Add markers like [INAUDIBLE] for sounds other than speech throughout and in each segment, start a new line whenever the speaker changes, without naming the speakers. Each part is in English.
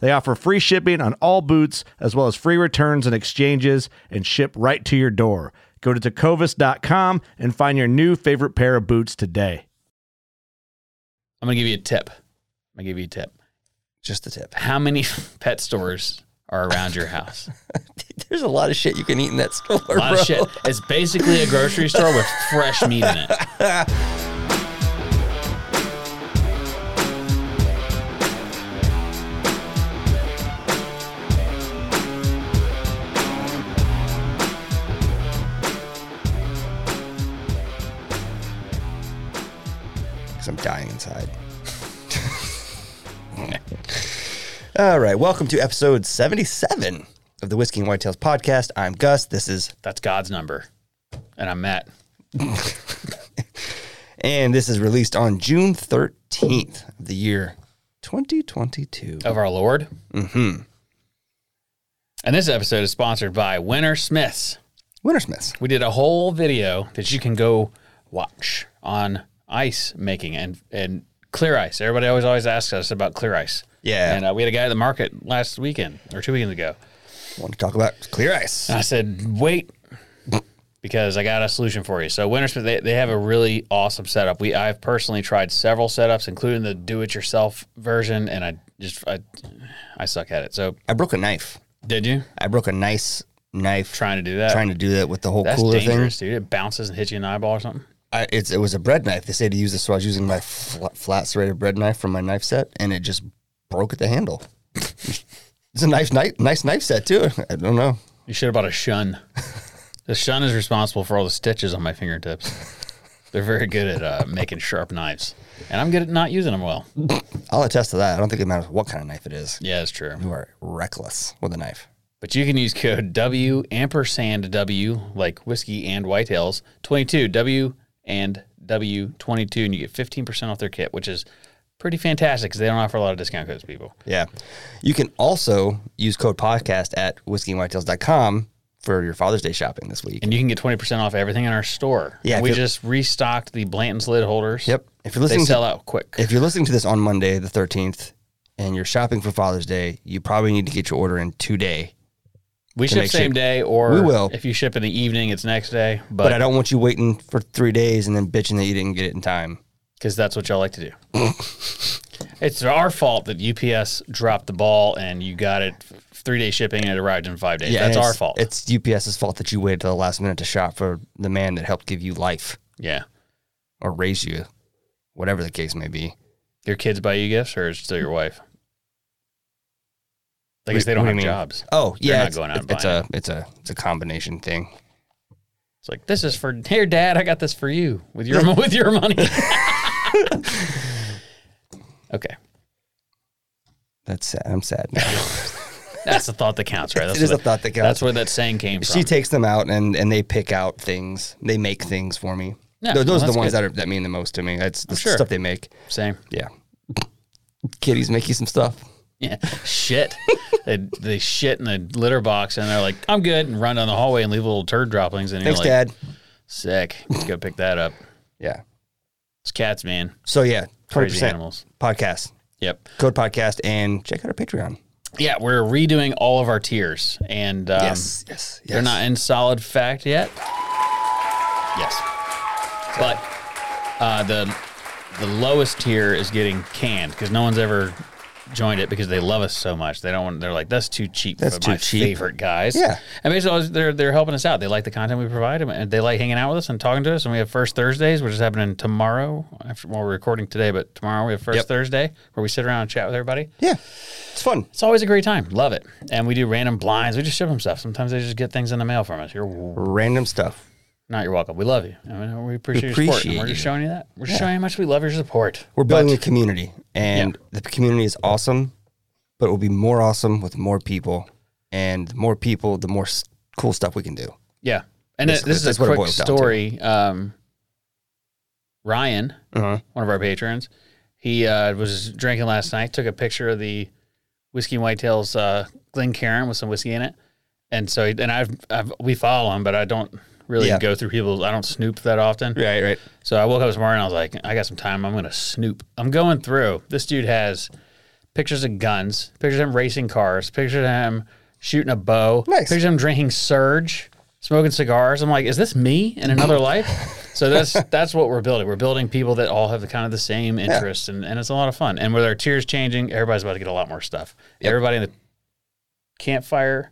They offer free shipping on all boots, as well as free returns and exchanges, and ship right to your door. Go to tecovas.com and find your new favorite pair of boots today.
I'm gonna give you a tip. I'm gonna give you a tip.
Just a tip. [LAUGHS]
How many [LAUGHS] pet stores are around your house?
There's a lot of shit you can eat in that store,
A lot
bro.
of shit. It's basically a grocery store with fresh meat in it.
Because I'm dying inside. [LAUGHS] All right. Welcome to episode 77 of the Whiskey and Whitetails podcast. I'm Gus. This is,
That's God's number. And I'm Matt.
and this is released on June 13th of the year 2022.
Of our Lord. Mm-hmm. And this episode is sponsored by Winter Smiths.
Wintersmiths.
We did a whole video that you can go watch on ice making and and clear ice. Everybody always always asks us about clear ice.
Yeah.
And uh, we had a guy at the market last weekend or two weekends ago.
Want to talk about clear ice.
And I said, wait, because I got a solution for you. So Wintersmith, they, they have a really awesome setup. We I've personally tried several setups, including the do-it-yourself version, and I just I, I suck at it. So
I broke a knife.
did you
I broke a nice knife
trying to do that?
trying to do that with the whole
That's
cooler thing.
dangerous, dude. It bounces and hits you in the eyeball or something.
I, it's, it was a bread knife. They say to use this, so I was using my fl- flat serrated bread knife from my knife set, and it just broke at the handle. [LAUGHS] it's a nice knife, nice knife set too. I don't know.
You should have bought a shun. [LAUGHS] the shun is responsible for all the stitches on my fingertips. [LAUGHS] They're very good at uh, making sharp knives, and I'm good at not using them well.
I'll attest to that. I don't think it matters what kind of knife it is.
Yeah, it's true.
You are reckless with a knife.
But you can use code W ampersand W like whiskey and whitetails twenty two W and W twenty two, and you get fifteen percent off their kit, which is pretty fantastic because they don't offer a lot of discount codes, people.
Yeah. You can also use code podcast at whiskeyandwhitetails.com for your Father's Day shopping this week.
And you can get twenty percent off everything in our store.
Yeah,
And
if
we
you're-
just restocked the Blanton's lid holders.
Yep. If you're
they
listening,
sell
to,
out quick.
if you're listening to this on Monday the 13th, and you're shopping for Father's Day, you probably need to get your order in today.
we ship
make
same
sure-
day, or
We will.
If you ship in the evening, it's next day.
But I
But
don't want you waiting for three days and then bitching that you didn't get it in time.
because that's what y'all like to do. it's our fault that UPS dropped the ball and you got it three day shipping and it arrived in five days. that's
and
our
it's-
fault.
It's UPS's fault that you waited till the last minute to shop for the man that helped give you life
Yeah.
or raise you, whatever the case may be.
Your kids buy you gifts or is it still your wife? I guess they don't
What do you
have
mean?
jobs.
Oh
They're
yeah,
not
it's,
going out and
it's
buying
a it's a it's a combination thing.
It's like this is for here, Dad. I got this for you with your [LAUGHS] mo- with your
[LAUGHS]
money. okay,
That's sad. I'm sad. now.
that's the thought that counts, right? That's
it is
what-
a thought that
That's
counts.
where that saying came from.
She takes them out and and they pick out things. They make things for me.
Yeah,
Tho-
well,
those are
that's
the ones
good.
that are that mean the most to me. That's the
sure.
stuff they make.
Same.
Yeah, kitties make you some stuff.
Yeah, shit. they, they shit in the litter box and they're like, I'm good, and run down the hallway and leave little turd droplings. And
Thanks,
you're like,
Dad.
sick. Go pick that up.
Yeah.
It's cats, man.
So yeah, twenty
Crazy
percent
animals.
podcast,
Yep.
code podcast, and check out our Patreon. Um,
Yeah, we're redoing all of our tiers, and um,
yes, yes, yes.
they're not in solid fact yet. Yes, but uh, the the lowest tier is getting canned because no one's ever joined it because they love us so much. They don't. want They're like, that's too cheap
That's
for
too
my
cheap."
favorite guys.
Yeah.
and basically they're they're helping us out. They like the content we provide, and they like hanging out with us and talking to us. And we have first Thursdays, which is happening tomorrow. After well, we're recording today, but tomorrow we have first
Yep.
Thursday where we sit around and chat with everybody.
Yeah, it's fun.
It's always a great time. Love it. And we do random blinds. We just ship them stuff. Sometimes they just get things in the mail from us. You're
Random stuff.
not you're welcome. We love you. I mean, we appreciate, your support.
appreciate
And we're just
you.
showing you that. We're just showing you how much we love your support.
We're building a community, and the community is awesome, but it will be more awesome with more people, and the more people, the more s- cool stuff we can do.
Yeah. And this,
Basically,
this is
that's
a
what it
quick
boils down to.
story. Um, Ryan,
Uh-huh.
one of our patrons, he uh, was drinking last night, took a picture of the Whiskey and Whitetails uh, Glencairn with some whiskey in it. And so, and I've, I've, we follow him, but I don't really
Yeah.
go through people. I don't snoop that often.
Right, right.
So I woke up this morning. I was like, I got some time. I'm gonna snoop. I'm going through. This dude has pictures of guns, pictures of him racing cars, pictures of him shooting a bow,
Nice.
pictures of him drinking surge, smoking cigars. I'm like, is this me in another life? So that's that's what we're building. We're building people that all have the kind of the same interests, and, and it's a lot of fun. And with our tiers changing, everybody's about to get a lot more stuff. Everybody in the campfire,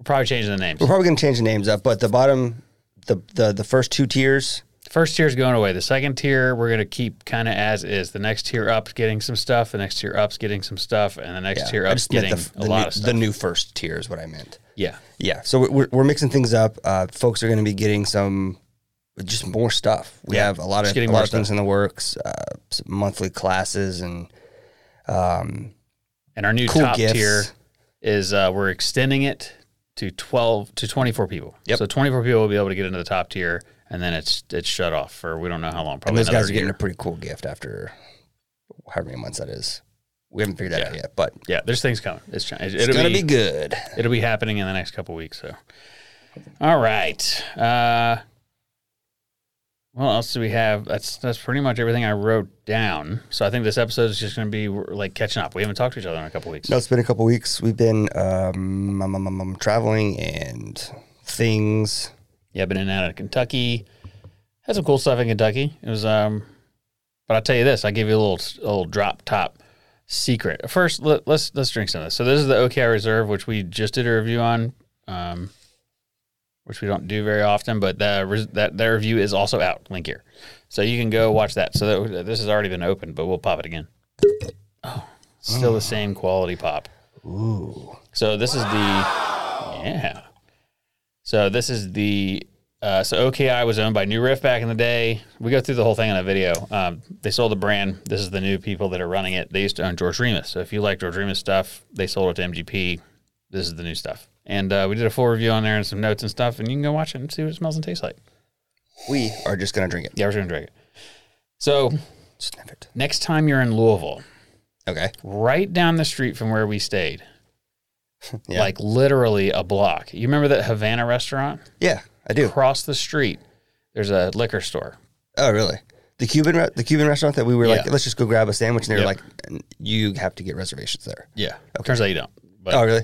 we're probably changing the names.
We're probably gonna change the names up, but the bottom, the the the first two tiers.
first tier is going away. The second tier we're gonna keep kind of as is. The next tier up's getting some stuff. The next tier up's getting some stuff, and the next
yeah,
tier
I
up's
just meant
getting
the,
a
the
lot
new,
of stuff.
The new first tier is what I meant.
yeah,
Yeah, so we're- we're, we're mixing things up. Uh, folks are going to be getting some just more stuff. We
Yeah,
have a lot
just
of a
getting
lot
more
of things in the works, uh, some monthly classes, and
and our new
Cool
top
gifts.
tier is uh, we're extending it to twelve to twenty four people.
Yep.
So twenty four people will be able to get into the top tier, and then it's it's shut off for we don't know how long.
and
Probably
those guys
another
are getting
year.
a pretty cool gift after however many months that is. We haven't figured that out yet, but
Yeah, there's things coming. It's, try-
it's
it'll
going to
be
be good.
It'll be happening in the next couple weeks. So, all right. Uh, what else do we have? That's that's pretty much everything I wrote down. So I think this episode is just going to be we're, like catching up. We haven't talked to each other in a couple weeks.
No, it's been a couple weeks. We've been um, um, um, um, um, traveling and things.
Yeah, been in and out of Kentucky. Had some cool stuff in Kentucky. It was um, but I'll tell you this. I will give you a little a little drop top secret. First, let, let's let's drink some of this. So this is the OKI Reserve, which we just did a review on. Um, which we don't do very often, but the, res- that their review is also out. Link here, so you can go watch that. So that, this has already been opened, but we'll pop it again. Oh, still the same quality pop.
Ooh,
So this is the yeah. So this is the uh, so OKI was owned by New Riff back in the day. We go through the whole thing in a video. Um, they sold the brand. This is the new people that are running it. They used to own George Remus. So if you like George Remus stuff, they sold it to MGP. This is the new stuff. And uh, we did a full review on there and some notes and stuff, and you can go watch it and see what it smells and tastes like.
we are just going to drink it.
Yeah, we're gonna drink it. So
Sniff it.
next time you're in Louisville,
Okay.
right down the street from where we stayed,
[LAUGHS] Yeah.
like literally a block. You remember that Havana restaurant?
Yeah, I do.
across the street, there's a liquor store.
Oh, really? The Cuban re- the Cuban restaurant that we were like,
Yeah.
let's just go grab a sandwich, and they were
Yep.
like, you have to get reservations there.
Yeah. Turns out you don't. But
Oh, really?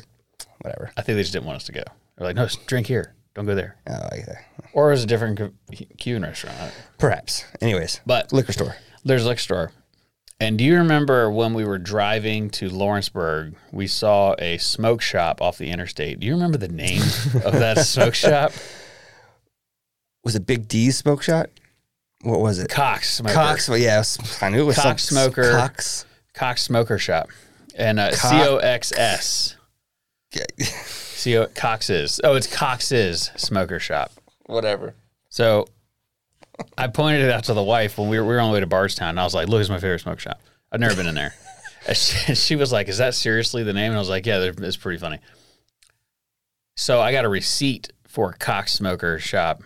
Whatever.
I think they just didn't want us to go. They're like, no, just drink here. Don't go there.
Oh, okay.
Or it was a different Cu- Cuban restaurant.
Perhaps. Anyways,
But
liquor store.
there's a liquor store. And do you remember when we were driving to Lawrenceburg, we saw a smoke shop off the interstate? Do you remember the name of that
[LAUGHS]
smoke shop?
Was it Big D's smoke shot? What was it?
Cox Smoker.
Cox. Well, yeah, it was- I knew it was some-
Cox Smoker. [LAUGHS]
Cox.
Cox Smoker Shop. And uh,
Co-
C-O-X-S.
Yeah,
C-O- Cox's. Oh, it's Cox's Smoker Shop.
Whatever.
So I pointed it out to the wife when we were, we were on the way to Bardstown. And I was like, look, it's my favorite smoke shop. I've never been in there. [LAUGHS] And she, and she was like, is that seriously the name? And I was like, yeah, they're- it's pretty funny. So I got a receipt for Cox Smoker Shop.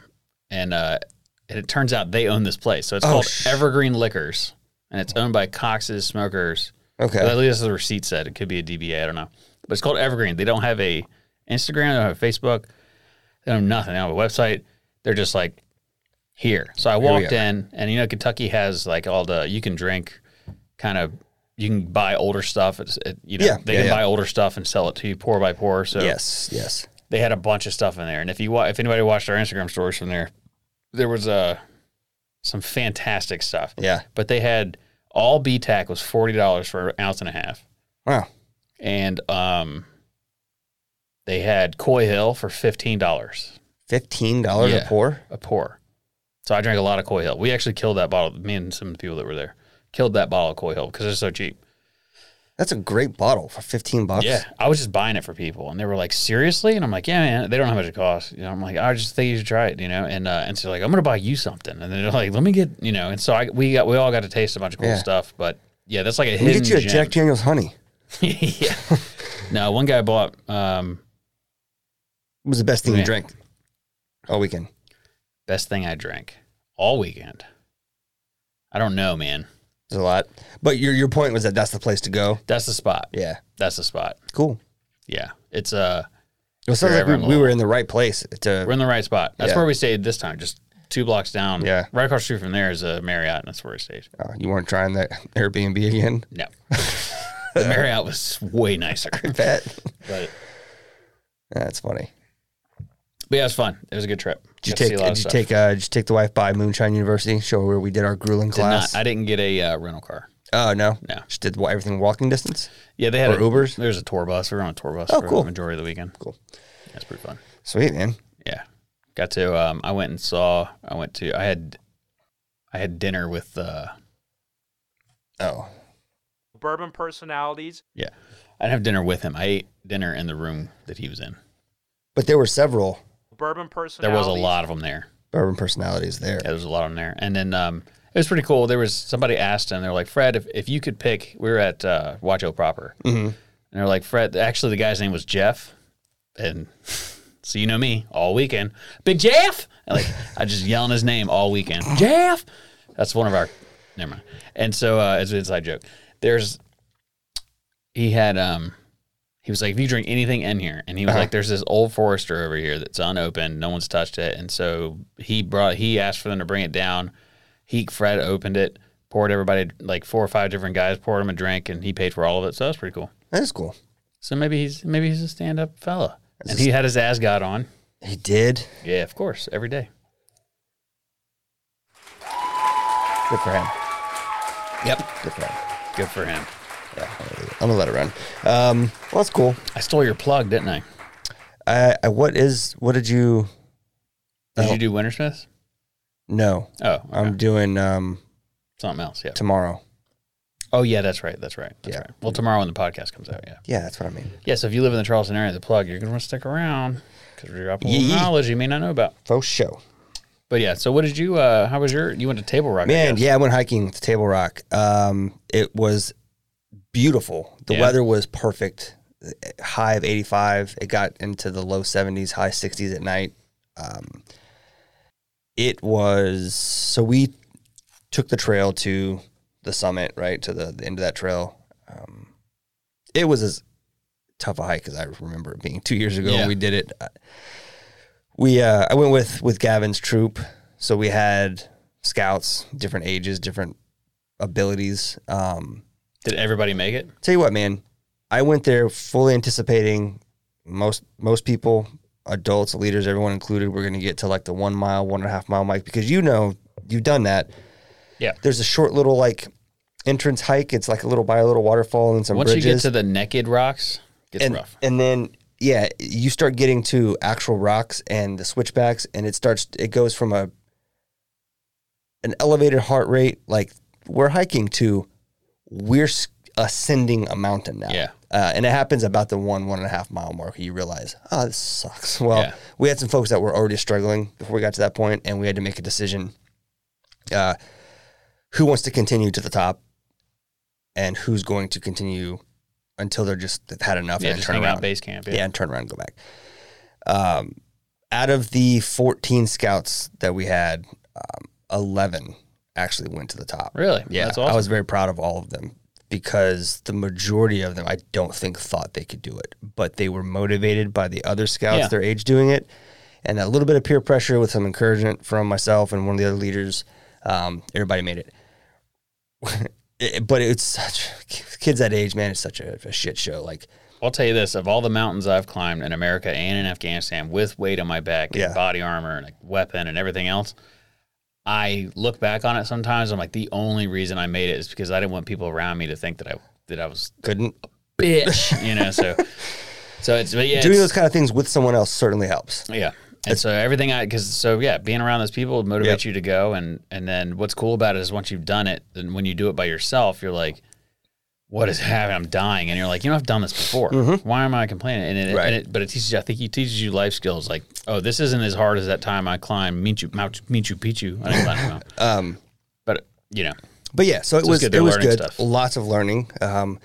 And, uh, and it turns out they own this place. So it's
Oh,
called
sh-
Evergreen Liquors. And it's owned by Cox's Smokers.
Okay.
At least that's the receipt said. It could be a DBA. I don't know. But it's called Evergreen. They don't have a Instagram. They don't have a Facebook. They don't have nothing. They don't have a website. They're just like here. So I walked in, and you know, Kentucky has like all the you can drink, kind of you can buy older stuff. It's it, you know
Yeah,
they
yeah,
can
yeah.
buy older stuff and sell it to you pour by pour. So
yes. Yes.
they had a bunch of stuff in there. And if you wa- if anybody watched our Instagram stories from there, there was uh, some fantastic stuff.
Yeah.
But they had all BTAC was forty dollars for an ounce and a half,
Wow.
and um, they had Coy Hill for fifteen dollars
Fifteen dollars
Yeah.
a pour.
a pour. So I drank a lot of Coy Hill. We actually killed that bottle. Me and some of the people that were there killed that bottle of Coy Hill because it's so cheap.
That's a great bottle for fifteen bucks.
Yeah, I was just buying it for people, and they were like, "Seriously?" And I'm like, "Yeah, man. They don't know how much it costs." You know, I'm like, "I just think you should try it," you know. And uh, and so like, "I'm gonna buy you something," and they're like, "Let me get," you know. And so I we got we all got to taste a bunch of cool
Yeah.
stuff, but yeah, that's like a
Let me
hidden
get you a
gem.
Jack Daniel's honey.
[LAUGHS] yeah. No, one guy bought um,
It was the best thing
Yeah.
you drank all weekend.
best thing I drank all weekend. I don't know, man.
There's a lot, but your your point was that that's the place to go.
That's the spot.
Yeah.
That's the spot.
Cool.
Yeah, it's uh,
It sounds like
ever
we,
in
we
Lowell.
were in the right place to.
we're in the right spot. That's
Yeah.
where we stayed this time. Just two blocks down.
Yeah.
right across the street from there is a Marriott, and that's where we stayed.
Oh, you weren't trying that [LAUGHS] Airbnb again. [LAUGHS]
No. the Marriott was way nicer.
Bet.
But,
That's funny.
but yeah, it was fun. It was a good trip.
Did you
Got to see
take?
a lot of
Did you
stuff.
take? Uh, did you take the wife by Moonshine University? Show her where we did our grueling
Did
class.
not, I didn't get a uh, rental car.
oh no,
No.
She did wa- everything walking distance.
Yeah, they had
Or
a,
Ubers?
There's a tour bus. We were on a tour bus
Oh,
for
cool.
the majority of the weekend.
Cool.
That's pretty fun.
Sweet man.
Yeah. Got to um I went and saw I went to I had I had dinner with uh
Oh,
Bourbon personalities.
yeah. I didn't have dinner with him. I ate dinner in the room that he was in.
but there were several
Bourbon
There
personalities.
was a lot of them there.
bourbon personalities there.
Yeah, there was a lot on there. And then um, it was pretty cool. There was somebody asked, and they're like, Fred, if, if you could pick, we were at uh, Wacho Proper. And they're like, Fred, actually, the guy's name was Jeff. And [LAUGHS] so you know me all weekend. Big Jeff! And, like, [LAUGHS] I just yelling his name all weekend. Jeff! That's one of our, never mind. And so uh, it's an inside joke. There's, he had, um, he was like, if you drink anything in here, and
Uh-huh.
he was like, there's this old Forester over here that's unopened, no one's touched it, and so he brought, he asked for them to bring it down. He Fred opened it, poured everybody like four or five different guys poured him a drink, and he paid for all of it. So that's pretty cool.
That is cool.
So maybe he's maybe he's a stand up fella, and he had his Asgod on.
He did.
Yeah, of course, every day.
Good for him. Yep. Good for him.
Good for him.
I'm gonna let it run. Um, well, that's cool.
I stole your plug, didn't I?
I, I what is what did you?
Did
Oh.
you do Wintersmith?
No,
Oh, okay.
I'm doing um
something else. Yeah.
tomorrow.
oh yeah, that's right. That's right. That's
Yeah.
right. Well, tomorrow when the podcast comes out, yeah.
Yeah, that's what I mean.
Yeah, so if you live in the Charleston area, the plug, you're going to want to stick around because we're dropping a little
Yeah.
knowledge you may not know about.
Faux show.
But yeah, so what did you, uh, how was your, you went to Table Rock? I
Man,
guess.
yeah, I went hiking with Table Rock. Um, it was beautiful. The
Yeah.
weather was perfect. High of 85. It got into the low 70s, high 60s at night. Um, it was so we took the trail to the summit, right to the, the end of that trail. Um, it was as tough a hike as I remember it being [LAUGHS] two years ago.
Yeah.
when We did it. I- We uh, I went with with Gavin's troop, so we had scouts, different ages, different abilities. Um,
Did everybody make it?
tell you what, man, I went there fully anticipating most most people, adults, leaders, everyone included, we're gonna get to like the one mile, one and a half mile mic because you know you've done that.
Yeah.
There's a short little like entrance hike. It's like a little by a little waterfall and some
Once
bridges.
you get to the naked rocks, it gets
and,
rough.
and then yeah, you start getting to actual rocks and the switchbacks, and it starts. It goes from a an elevated heart rate, like we're hiking to, we're s- ascending a mountain now.
Yeah.
Uh, and it happens about the one one and a half mile mark. You realize, oh, this sucks. [LAUGHS] Well,
Yeah.
we had some folks that were already struggling before we got to that point, and we had to make a decision. Uh, who wants to continue to the top, and who's going to continue until they're just they've had enough
Yeah,
and then
just
turn
hang
around?
out base camp. Yeah.
yeah, and turn around and go back. Um, out of the 14 scouts that we had, um, 11 actually went to the top.
Really?
Yeah,
That's awesome.
I was very proud of all of them because the majority of them, I don't think, thought they could do it, but they were motivated by the other scouts
Yeah.
their age doing it, and a little bit of peer pressure with some encouragement from myself and one of the other leaders. Um, everybody made it. [LAUGHS] It- but it's such kids that age, man. It's such a, a shit show. Like,
I'll tell you this: of all the mountains I've climbed in America and in Afghanistan, with weight on my back and
Yeah.
body armor and a weapon and everything else, I look back on it sometimes. I'm like, the only reason I made it is because I didn't want people around me to think that I that I was
couldn't
bitch, you know.
[LAUGHS]
So, so it's but yeah,
doing
it's-
those kind of things with someone else certainly helps.
Yeah. And so everything I, because so yeah, being around those people would motivate you to go, and and then what's cool about it is once you've done it, then when you do it by yourself, you're like, what is happening? I'm dying, and you're like, you know, I've done this before. Why am I complaining? And it,
Mm-hmm. Right.
and it, but it teaches you. I think it teaches you life skills. Like, oh, this isn't as hard as that time I climbed Machu Mount- Machu Picchu. I didn't climb it, well.
[LAUGHS] Um,
but you know,
But yeah, so it
it's
was
good
it
they're
was
learning
good.
stuff.
Lots of learning. Um,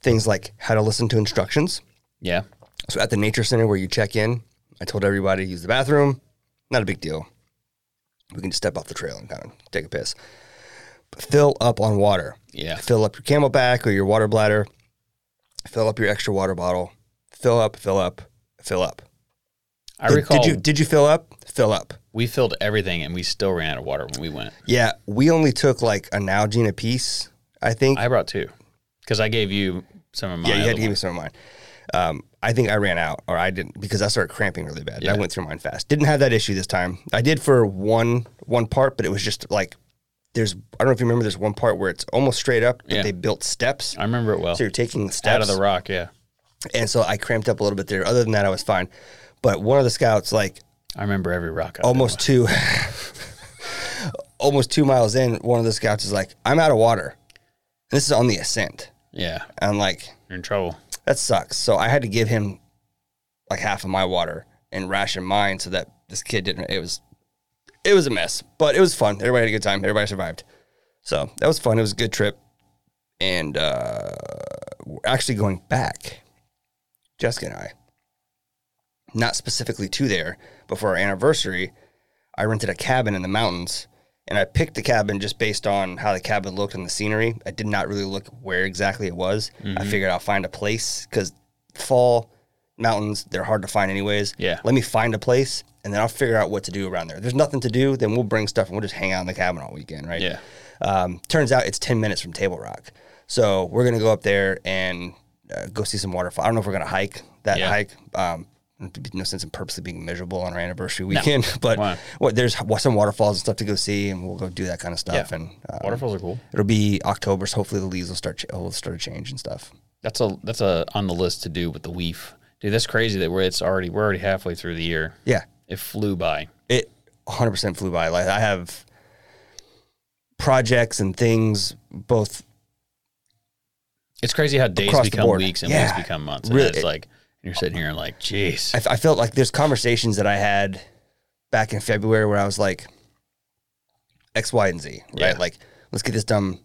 things like how to listen to instructions.
yeah,
So at the nature center where you check in, I told everybody to use the bathroom. Not a big deal. We can just step off the trail and kind of take a piss. But fill up on water.
yeah,
Fill up your camelback or your water bladder. Fill up your extra water bottle. Fill up, fill up, fill up.
I
did,
recall
did you did you fill up? Fill up.
we filled everything, and we still ran out of water when we went.
Yeah, we only took like a Nalgene a piece, I think.
I brought two because I gave you some of my
Yeah, you
other
had to give me some of mine. Um, I think I ran out, or I didn't, because I started cramping really bad.
Yeah.
I went through mine fast. Didn't have that issue this time. I did for one one part, but it was just like there's. I don't know if you remember. There's one part where it's almost straight up, but
Yeah.
they built steps,
I remember it well.
so you're taking steps
out of the rock, yeah.
and so I cramped up a little bit there. Other than that, I was fine. But one of the scouts, like
I remember every rock. I've
almost two, [LAUGHS] almost two miles in, one of the scouts is like, "I'm out of water." And this is on the ascent.
been- Yeah,
I'm like,
you're in trouble.
that sucks. So I had to give him like half of my water and ration mine so that this kid didn't. It was, it was a mess, but it was fun. Everybody had a good time. Everybody survived. So that was fun. It was a good trip. And uh, we're actually going back, Jessica and I, not specifically to there, but for our anniversary, I rented a cabin in the mountains. And I picked the cabin just based on how the cabin looked and the scenery. I did not really look where exactly it was. I figured I'll find a place because fall mountains, they're hard to find anyways.
Yeah.
Let me find a place and then I'll figure out what to do around there. If there's nothing to do, then we'll bring stuff and we'll just hang out in the cabin all weekend, right?
Yeah.
Um, turns out it's 10 minutes from Table Rock. So we're going to go up there and uh, go see some waterfall. I don't know if we're going to hike that
Yeah.
hike. Um, it'd be no sense in purposely being miserable on our anniversary weekend, [LAUGHS] but
Why?
what, there's wa- some waterfalls and stuff to go see, and we'll go do that kind of stuff.
Yeah.
And um,
Waterfalls are cool.
It'll be October, so hopefully the leaves will start ch- will start to change and stuff.
That's a that's a on the list to do with the weef. Dude, that's crazy that we're it's already we're already halfway through the year.
Yeah,
It flew by.
it 100% flew by. Like I have projects and things both
It's crazy how days
Across the
become
board.
weeks and
Yeah.
weeks become months.
Really.
And it's like you're sitting here and like, jeez.
I, f- I felt like there's conversations that I had back in February where I was like, X, Y, and Z, right?
Yeah.
Like, let's get this done.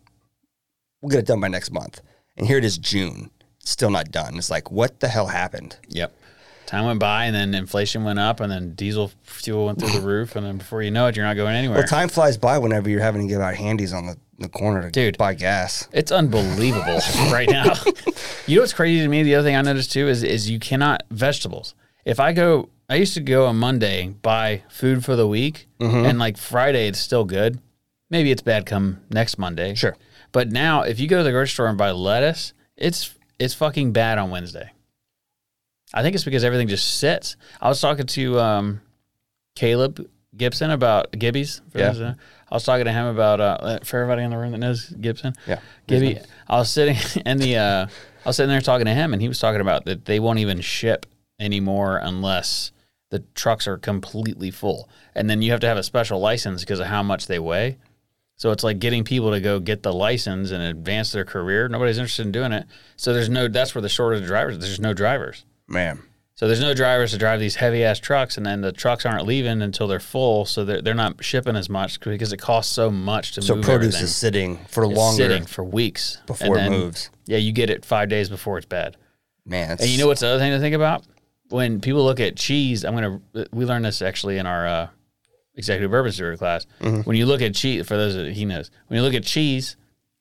We'll get it done by next month. And here it is, June, still not done. It's like, what the hell happened?
Yep. Time went by and then inflation went up and then diesel fuel went through the roof and then before you know it, you're not going anywhere.
Well, time flies by whenever you're having to give out handies on the, the corner to
Dude.
buy gas.
It's unbelievable [LAUGHS] right now. You know what's crazy to me? The other thing I noticed too is is you cannot vegetables. If I go, I used to go on Monday and buy food for the week, and like Friday it's still good. Maybe it's bad come next Monday.
Sure.
but now if you go to the grocery store and buy lettuce, it's it's fucking bad on Wednesday. I think it's because everything just sits. I was talking to um, Caleb Gibson about Gibbies. For
Yeah.
those that know. I was talking to him about uh, for everybody in the room that knows Gibson.
Yeah.
Gibby. I was sitting [LAUGHS] in the uh, I was sitting there talking to him, and he was talking about that they won't even ship anymore unless the trucks are completely full, and then you have to have a special license because of how much they weigh. So it's like getting people to go get the license and advance their career. Nobody's interested in doing it. So there's no. That's where the shortage of drivers. There's no drivers.
Man.
So there's no drivers to drive these heavy ass trucks, and then the trucks aren't leaving until they're full. So they're, they're not shipping as much because it costs so much to
So
move
produce
everything.
is sitting for
It's
longer.
sitting for weeks And
before it moves.
Yeah, you get it five days before it's bad.
Man.
And you know what's the other thing to think about? When people look at cheese, I'm gonna. We learned this actually in our uh,
Mm-hmm.
executive bourbon steward class. When you look at cheese, for those that he knows, when you look at cheese,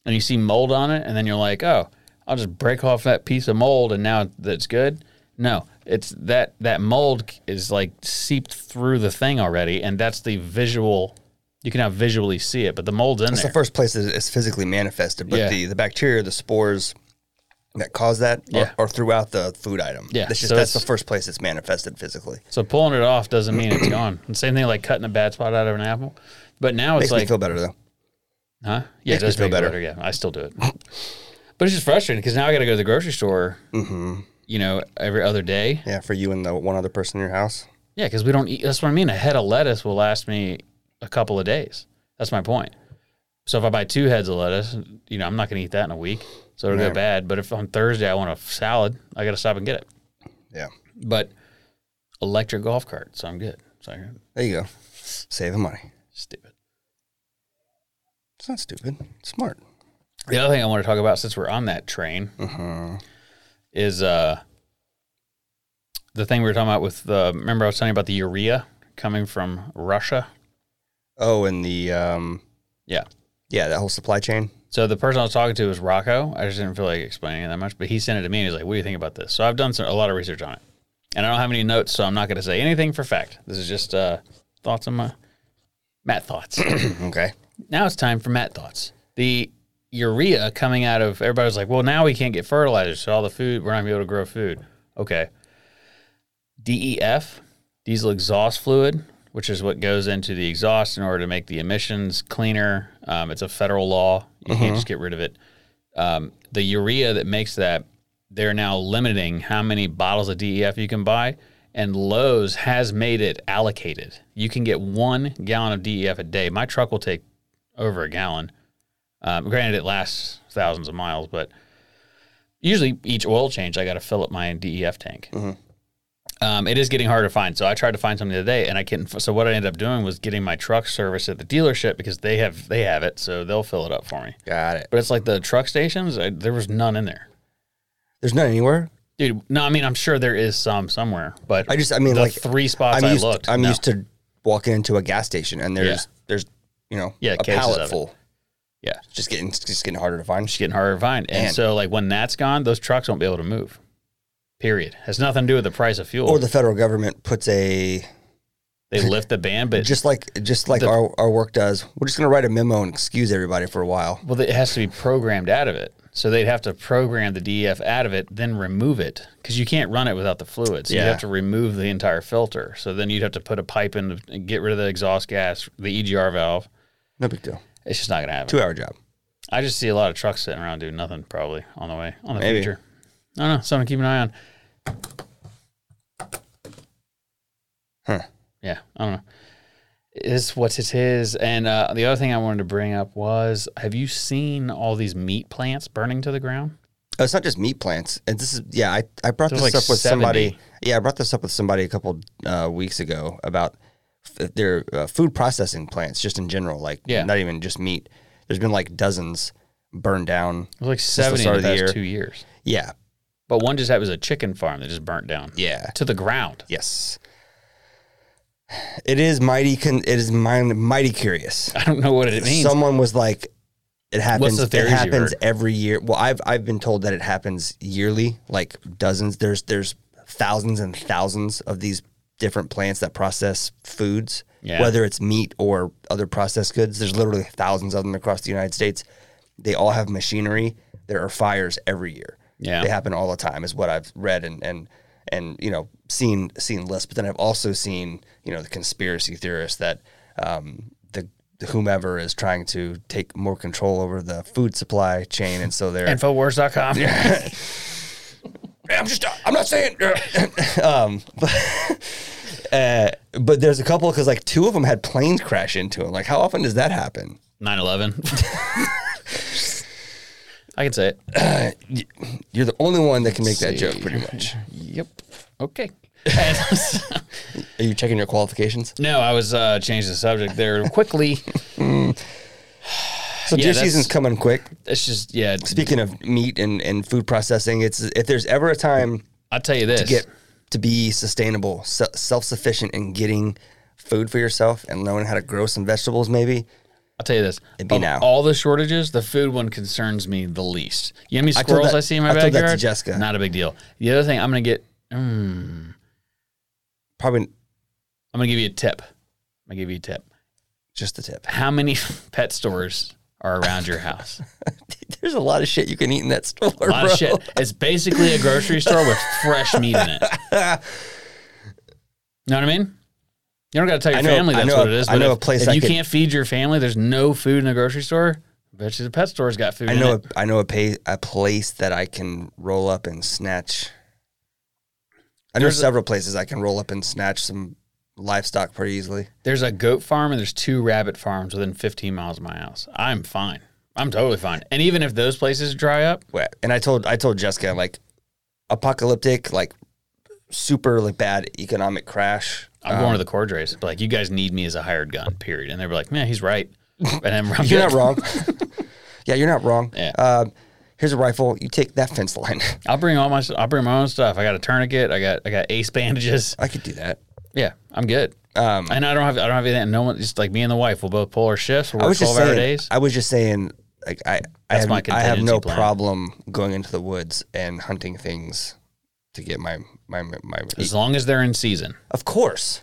and you see mold on it, and then you're like, oh, I'll just break off that piece of mold, and now that's good. No, it's that that mold is like seeped through the thing already, and that's the visual. You can now visually see it, but the mold's in
That's
there.
the first place that it's physically manifested. But
Yeah.
the, the bacteria, the spores that cause that
Yeah.
are, are throughout the food item.
Yeah,
That's just
so
that's the
it's-
first place it's manifested physically.
so pulling it off doesn't mean it's gone. And same thing like cutting a bad spot out of an apple. But now
Makes
it's
me
like
feel better though.
Huh? Yeah,
Makes
it
me
does
feel
feel better.
better.
Yeah, I still do it. but it's just frustrating because now I got to go to the grocery store. You know, every other day.
Mm-hmm. Yeah, for you and the one other person in your house.
Yeah, because we don't eat. That's what I mean. A head of lettuce will last me a couple of days. That's my point. So if I buy two heads of lettuce, you know, I'm not going to eat that in a week, so it'll
Right.
go bad. But if on Thursday I want a salad, I got to stop and get it.
Yeah.
But electric golf cart, so I'm good. So
There you go. Saving money.
stupid.
It's not stupid. It's smart.
The other thing I want to talk about since we're on that train
Mhm.
is uh the thing we were talking about with the remember I was telling you about the urea coming from Russia.
Oh, and the um,
Yeah.
yeah, that whole supply chain. [CLEARS THROAT]
So the person I was talking to was Rocco. I just didn't feel like explaining it that much, but he sent it to me and he's like, "What do you think about this?" So I've done some, a lot of research on it, and I don't have any notes, so I'm not going to say anything for fact. This is just uh, thoughts on my Matt thoughts.
Okay.
now it's time for Matt thoughts. The urea coming out of everybody was like, well, now we can't get fertilizers, so all the food we're not gonna be able to grow food. Okay. DEF, diesel exhaust fluid, which is what goes into the exhaust in order to make the emissions cleaner. Um, it's a federal law; you can't just get rid of it. Um, the urea that makes that, they're now limiting how many bottles of DEF you can buy. And Lowe's has made it allocated. You can get one gallon of DEF a day. My truck will take over a gallon. Um, granted, it lasts thousands of miles, but usually each oil change, I got to fill up my DEF tank.
Mm-hmm.
Um, it is getting harder to find. So I tried to find something today, and I couldn't. f- So what I ended up doing was getting my truck service at the dealership because they have they have it, so they'll fill it up for me.
Got it.
But it's like the truck stations, I, there was none in there,
There's not anywhere.
dude. No, I mean I'm sure there is some somewhere, but
I just- I mean,
the
like,
three spots
I'm
I
used.
looked,
I'm
no.
used to walking into a gas station and there's there's you know
Yeah,
a
cases
pallet
of it.
full.
Yeah.
It's just getting it's just getting harder to find.
just getting harder to find. And
Man.
so like when that's gone, those trucks won't be able to move. Period. Has nothing to do with the price of fuel.
Or the federal government puts a
[LAUGHS] they lift the ban, but
just like just like
the-
our, our work does. We're just gonna write a memo and excuse everybody for a while.
well, it has to be programmed out of it. So they'd have to program the DEF out of it, then remove it because you can't run it without the fluid. So you
Yeah.
have to remove the entire filter. So then you'd have to put a pipe in the, and get rid of the exhaust gas, the EGR valve.
No big deal.
It's just not gonna happen.
Two hour job.
I just see a lot of trucks sitting around doing nothing, probably on the way on the
Maybe.
future. I don't know. Something to keep an eye on.
Huh.
Yeah, I don't know. It's what it is. And uh, the other thing I wanted to bring up was: Have you seen all these meat plants burning to the ground?
Oh, it's not just meat plants. And this is yeah, I, I brought
There's
this
like
up with
70.
somebody. Yeah, I brought this up with somebody a couple uh, weeks ago about f- their uh, food processing plants, just in general, like
Yeah.
not even just meat. There's been like dozens burned down.
It was like
the
seventy in
start
the
of
past
the year.
two years.
Yeah,
But one just had was a chicken farm that just burnt down
yeah,
to the ground. [LAUGHS]
yes. It is mighty. Con- it is mind- mighty curious.
I don't know what it means.
Someone was like, "It happens.
the
It
theories you
happens
heard?
every year." Well, I've I've been told that it happens yearly, like dozens. There's there's thousands and thousands of these different plants that process foods,
Yeah.
whether it's meat or other processed goods. There's literally thousands of them across the United States. They all have machinery. There are fires every year.
Yeah.
they happen all the time, is what I've read and and and you know seen seen lists. But then I've also seen you know the conspiracy theorists that um, the whomever is trying to take more control over the food supply chain, and so they're
Infowars.com.
[LAUGHS] I'm just I'm not saying. [LAUGHS] um, but, uh, but [LAUGHS] there's a couple because like two of them had planes crash into them. Like how often does that happen? [LAUGHS]
9-11. I can say it.
You're the only one that can make that joke, pretty much.
Yep. Okay. And-
Are you checking your qualifications?
[LAUGHS] No, I was uh changing the subject there quickly.
So
Yeah,
deer
that's-
season's coming quick.
It's just yeah. it's-
Speaking of meat and, and food processing, it's if there's ever a time
I'll tell you this.
to get to be sustainable, self sufficient in getting food for yourself and knowing how to grow some vegetables, maybe
I'll tell you this.
It'd be
Of
now.
All the shortages, the food one concerns me the least. You know how many
I told
squirrels
that-
I see in my
I told that to
backyard?
Jessica.
Not a big deal. The other thing I'm gonna get mm,
Probably
I'm gonna give you a tip. I'm gonna give you a tip.
just the tip. [LAUGHS]
How many [LAUGHS] pet stores are around your house?
There's a lot of shit you can eat in that store.
A lot
[LAUGHS] bro.
of shit. It's basically a grocery store with fresh meat in it. Know what I mean? You don't got to tell your
I know-
family
I
that's
know-
what it is.
I
but
know
if,
a place
if
I
you
could-
can't feed your family, there's no food in a grocery store. Bet you the pet store's got food.
I
in
know. A,
it.
I know a, pay, a place that I can roll up and snatch. I know
There's a-
several places I can roll up and snatch some livestock pretty easily.
There's a goat farm and there's two rabbit farms within 15 miles of my house. I'm fine. I'm totally fine. And even if those places dry up,
Wha- And I told I told Jessica like apocalyptic, like super like bad economic crash.
I'm going to the Cordres. But like, you guys need me as a hired gun. Period. And they were like, man, he's right. And I'm, I'm
[LAUGHS] [LAUGHS] You're
like,
not wrong.
[LAUGHS]
yeah, you're not wrong.
Yeah.
Um, here's a rifle. You take that fence line. [LAUGHS]
I'll bring all my I'll bring my own stuff. I got a tourniquet. I got I got ace bandages.
I could do that.
Yeah, I'm good.
Um,
And I don't have I don't have anything. No one just like me and the wife will both pull our shifts. We'll
I
work
was just
twelve hour
saying.
days.
I was just saying. Like I, I
That's
have,
my
I have no
contingency plan.
problem going into the woods and hunting things to get my my my. meat.
as long as they're in season.
Of course.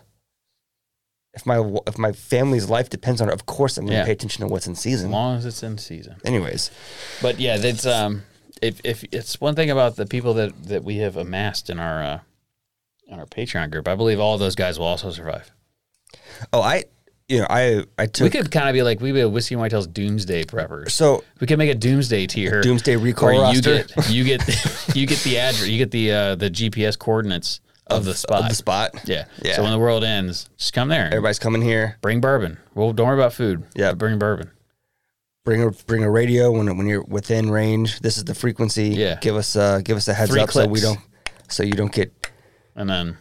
If my wa- if my family's life depends on it, of course I'm going to
Yeah.
pay attention to what's in
As
season.
long as it's in season.
Anyways,
But yeah, that's um if if it's one thing about the people that that we have amassed in our uh in our Patreon group, I believe all those guys will also survive.
oh I, you know I I
we
took
could kind of be like we'd be a whiskey and whitetails doomsday preppers.
so
We could make a doomsday tier.
Doomsday recall
where you
roster.
get you
[LAUGHS]
get [LAUGHS] you get the address, you get the uh the GPS coordinates of, the spot.
of the spot.
Yeah.
Yeah.
So when the world ends, just come there.
Everybody's coming here.
Bring bourbon. Well, don't worry about food.
Yeah.
but bring bourbon.
Bring a bring a radio when when you're within range. This is the frequency.
Yeah.
Give us uh give us a heads
Three
up so we
clicks.
don't so you don't get
And then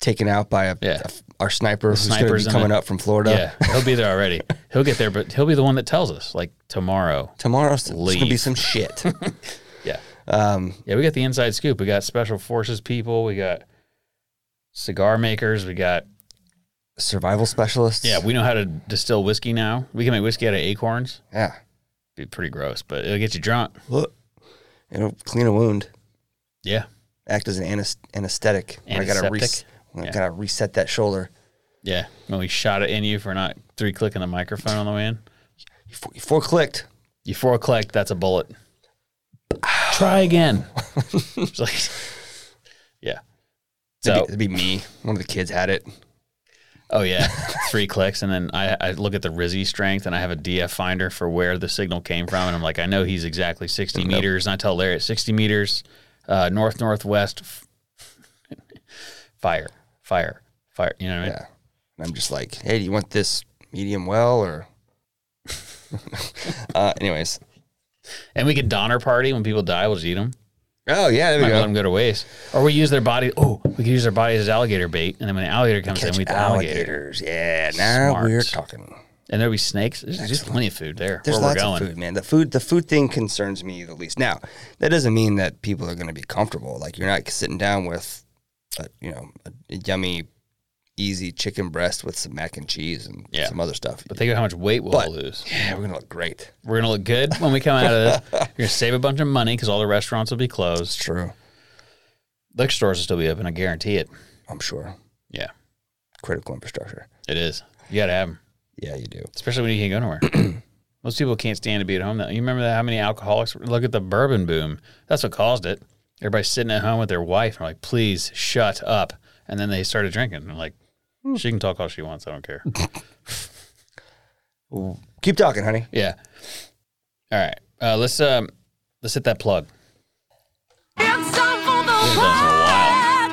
taken out by a,
Yeah.
a- our sniper who's going to be
sniper's in
coming
it.
up from Florida.
yeah, he'll be there already. He'll get there, but he'll be the one that tells us like tomorrow.
Tomorrow's going to be
Leave.
some shit.
[LAUGHS]
[LAUGHS]
Yeah.
um,
Yeah, we got the inside scoop. We got special forces people. We got cigar makers. We got
survival specialists.
yeah. We know how to distill whiskey now. We can make whiskey out of acorns.
yeah.
Be pretty gross, but it'll get you drunk.
Look, it'll clean a wound.
Yeah,
act as an anes- anesthetic. When I gotta, res-
Antiseptic?
when I
Yeah.
gotta reset that shoulder.
yeah. When we shot it in you for not three clicking the microphone on the way in,
You four, you four clicked.
you four click. That's a bullet. Try again. It's like, [LAUGHS] yeah.
That'd,
So
be, that'd be me. One of the kids had it.
Oh yeah, [LAUGHS] three clicks, and then I, I look at the Rizzy strength, and I have a DF finder for where the signal came from, and I'm like, I know he's exactly 60 meters, and I tell Larry at 60 meters, uh, north northwest, f- fire, fire, fire. You know what I mean?
Yeah. And I'm just like, hey, do you want this medium well or? [LAUGHS] uh, anyways.
And we could Donner party when people die, we'll just eat them.
Oh yeah, there we
Might let them
go.
go to waste, or we use their body. Oh, we could use their bodies as alligator bait, and then when the alligator comes in,
Catch
we eat the alligator.
alligators. Yeah. Now
Smart.
we're talking.
And there'll be snakes. There's just plenty of food there.
There's
where
lots
we're going.
of food, man. The food, the food thing concerns me the least. Now, that doesn't mean that people are going to be comfortable. Like you're not sitting down with, a, you know, a yummy, easy chicken breast with some mac and cheese and
Yeah.
some other stuff.
But think of how much weight we'll
But-
lose.
yeah, we're gonna look great.
We're gonna look good when we come out of this. We're gonna save a bunch of money because all the restaurants will be closed.
True,
Liquor stores will still be open. I guarantee it.
I'm sure.
Yeah,
Critical infrastructure.
it is. You gotta have them,
Yeah, you do.
especially when you can't go nowhere. Most people can't stand to be at home. Though. You remember that, how many alcoholics? Look at the bourbon boom. That's what caused it. Everybody's sitting at home with their wife and like, please shut up. And then they started drinking. I'm like, she can talk all she wants. I don't care. [LAUGHS]
Keep talking, honey.
yeah. All right. Uh, let's um, let's hit that plug.
It's time for the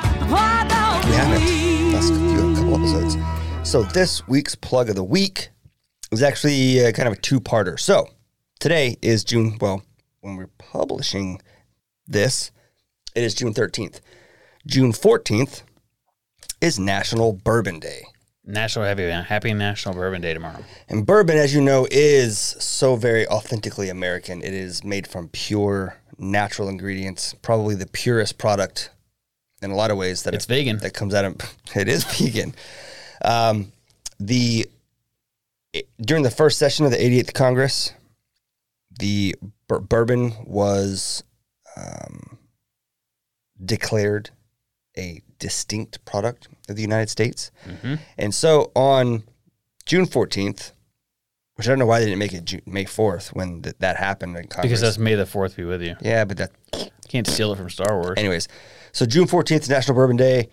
We've done this in a while.
wild, wild out
We haven't.
week.
That's a couple episodes. So this week's plug of the week is actually uh, kind of a two-parter. So today is June. Well, when we're publishing this, it is June thirteenth. June fourteenth is National Bourbon Day,
National Happy Happy National Bourbon Day tomorrow.
and bourbon, as you know, is so very authentically American. It is made from pure natural ingredients, probably the purest product in a lot of ways that
It's
[LAUGHS]
vegan.
that comes out of it is vegan. Um, the it- during the first session of the 88th Congress, the bur- bourbon was um, declared a distinct product of the United States.
Mm-hmm.
And so on June 14th, which I don't know why they didn't make it June, May 4th when th- that happened in Congress.
Because that's May the Fourth be with you.
yeah, but that
Can't steal it from Star Wars.
Anyways, so June 14th, is National Bourbon Day.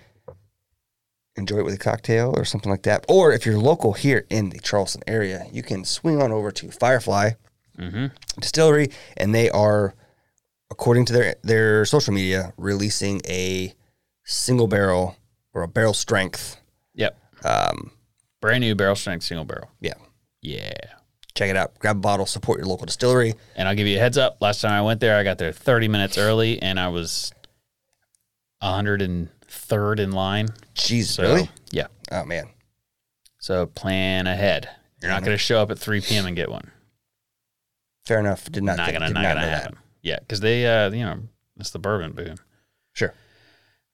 Enjoy it with a cocktail or something like that. Or if you're local here in the Charleston area, you can swing on over to Firefly
Mm-hmm.
Distillery, and they are, according to their their social media, releasing a single barrel or a barrel strength.
Yep.
Um,
Brand new barrel strength single barrel.
yeah,
Yeah.
check it out. Grab a bottle. Support your local distillery.
And I'll give you a heads up. Last time I went there, I got there 30 minutes early, and I was 103rd in line.
Jeez,
So
really?
yeah.
Oh man,
So plan ahead. You're not going to show up at 3 p.m. and get one.
fair enough. Did not,
not
think-
gonna
did
not,
not
gonna
know that.
happen. Yeah, because they uh you know it's the bourbon boom,
Sure.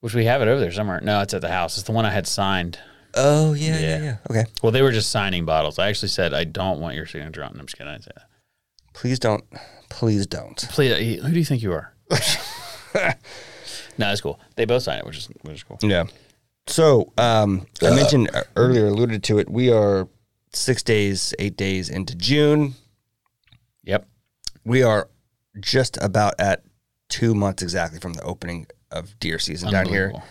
which we have it over there somewhere. No, it's at the house. It's the one I had signed.
Oh yeah, yeah,
Yeah.
yeah. Okay.
Well, they were just signing bottles. I actually said I don't want your signature on. them." I'm just kidding. I said,
Please don't. Please don't.
Please, who do you think you
[LAUGHS]
are? no, that's cool. They both signed it, which is which is cool.
Yeah. So um, I mentioned earlier, alluded to it. We are six days, eight days into June.
Yep.
We are just about at two months exactly from the opening of deer season down here.
Unbelievable.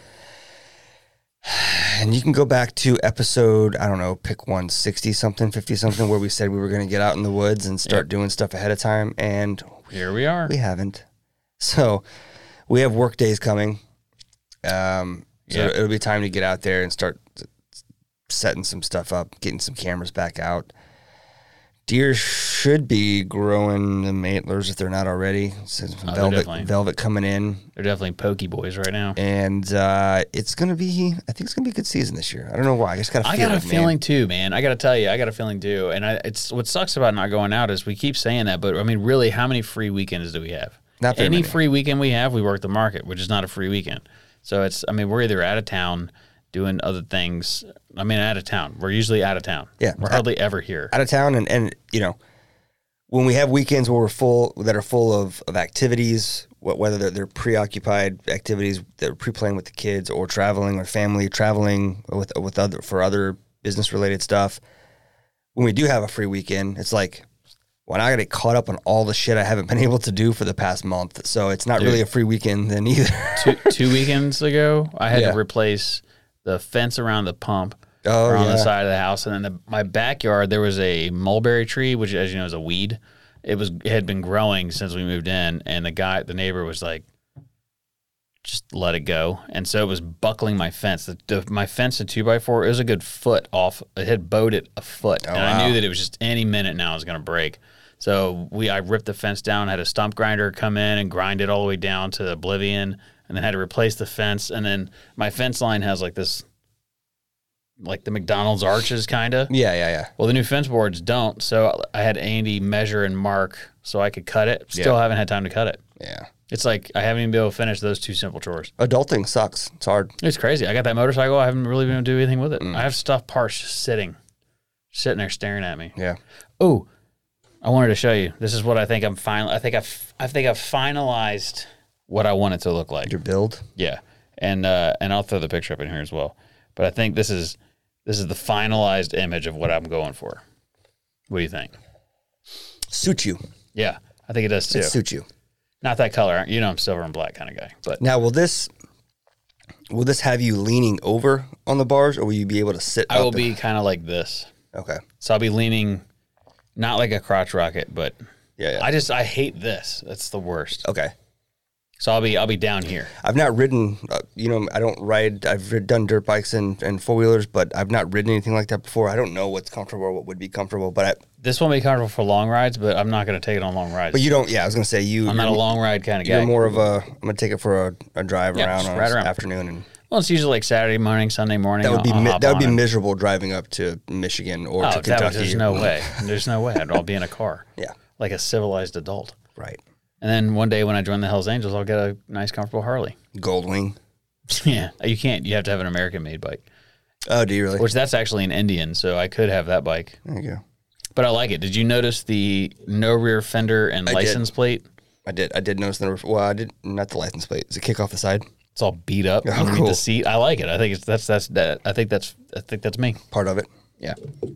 And you can go back to episode, I don't know, pick one, 60 something, 50 something, where we said we were going to get out in the woods and start doing stuff ahead of time. And
Here we are.
we haven't. So we have work days coming. Um, so
Yeah.
it'll be time to get out there and start setting some stuff up, getting some cameras back out. Deer should be growing the antlers if they're not already. Since
Oh, they're
velvet,
definitely-
velvet coming in,
They're definitely pokey boys right now.
and uh, it's gonna be. I think it's gonna be a good season this year. I don't know why. I just got a
I
feeling.
got a
man.
feeling too, man. I got to tell you, I got a feeling too. And I, it's what sucks about not going out is we keep saying that, but I mean, really, how many free weekends do we have?
Not very
any
many.
free weekend we have, we work the market, which is not a free weekend. So it's, I mean, we're either out of town doing other things. I mean, out of town. We're usually out of town.
Yeah.
we're hardly ever here.
out of town and and you know when we have weekends where we're full that are full of of activities wh- whether they're, they're preoccupied activities that are pre-playing with the kids or traveling or family traveling with with other for other business related stuff when we do have a free weekend it's like well, I got to get caught up on all the shit I haven't been [LAUGHS] able to do for the past month, so it's not really a free weekend then either. [LAUGHS]
two, two weekends ago, I had
Yeah.
to replace the fence around the pump
Oh,
around
yeah.
the side of the house, and then the, my backyard there was a mulberry tree, which, as you know, is a weed. It was it had been growing since we moved in, and the guy, the neighbor, was like, "Just let it go." And so it was buckling my fence. The, the, my fence, a two by four, it was a good foot off. It had bowed it a foot,
Oh,
and I knew that it was just any minute now it was going to break. So we, I ripped the fence down, had a stump grinder come in and grind it all the way down to oblivion, and then had to replace the fence. And then my fence line has like this, like the McDonald's arches, kind of.
yeah, yeah, yeah.
Well, the new fence boards don't. So I had Andy measure and mark so I could cut it. Still haven't had time to cut it.
Yeah.
It's like I haven't even been able to finish those two simple chores.
Adulting sucks. It's hard.
It's crazy. I got that motorcycle. I haven't really been able to do anything with it. I have stuff parts just sitting, sitting there staring at me.
Yeah.
Oh, I wanted to show you. This is what I think I'm finally. I think I've. I think I've finalized what I want it to look like.
Your build.
Yeah, and uh, and I'll throw the picture up in here as well. But I think this is this is the finalized image of what I'm going for. What do you think?
Suit you.
Yeah, I think it does too.
It suits you.
Not that color. You know, I'm silver and black kind of guy. But
Now, will this will this have you leaning over on the bars, or will you be able to sit?
I will
up
be kind of like this.
and- okay.
So I'll be leaning, not like a crotch rocket, but
Yeah. yeah.
I just I hate this. That's the worst.
okay.
So I'll be I'll be down here.
I've not ridden. Uh, you know, I don't ride. I've rid- done dirt bikes and, and four wheelers, but I've not ridden anything like that before. I don't know what's comfortable or what would be comfortable, but I,
This won't be comfortable for long rides, but I'm not going to take it on long rides.
but you don't. Yeah, I was gonna say you.
I'm not a
you're-
long ride kind of guy.
You're more of a. I'm gonna take it for a, a drive
Yeah,
around
just
on
ride
an
around.
afternoon, and
well, it's usually like Saturday morning, Sunday morning.
that would
I'll-
be
I'll
mi-
hop
that would be
on it.
miserable driving up to Michigan or to
Oh, that would,
Kentucky.
there's no way. [LAUGHS] There's no way. I'd all be in a car.
Yeah.
like a civilized adult.
Right.
And then one day when I join the Hell's Angels, I'll get a nice, comfortable Harley. [LAUGHS]
Goldwing.
yeah, you can't. You have to have an American-made bike,
Oh, do you really?
which that's actually an Indian. So I could have that bike.
There you go.
But I like it. Did you notice the no rear fender and
did.
license plate?
I did. I did notice the number. Well, I did not the license plate. It's a kick off the side.
It's all beat up
Oh,
underneath the
cool.
seat. I like it. I think it's that's that's that. I think that's I think that's me.
Part of it.
Yeah,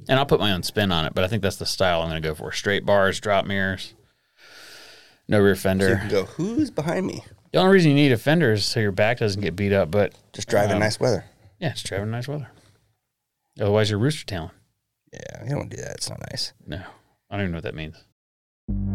and I'll put my own spin on it, but I think that's the style I'm going to go for: straight bars, drop mirrors, no rear
So you
fender.
can go. Who's behind me?
The only reason you need a fender is so your back doesn't get beat up. But
Just driving
Um,
nice weather.
yeah, it's driving nice weather. Otherwise, you're rooster tailing.
Yeah, you don't want to do that. It's not nice.
No, I don't even know what that means.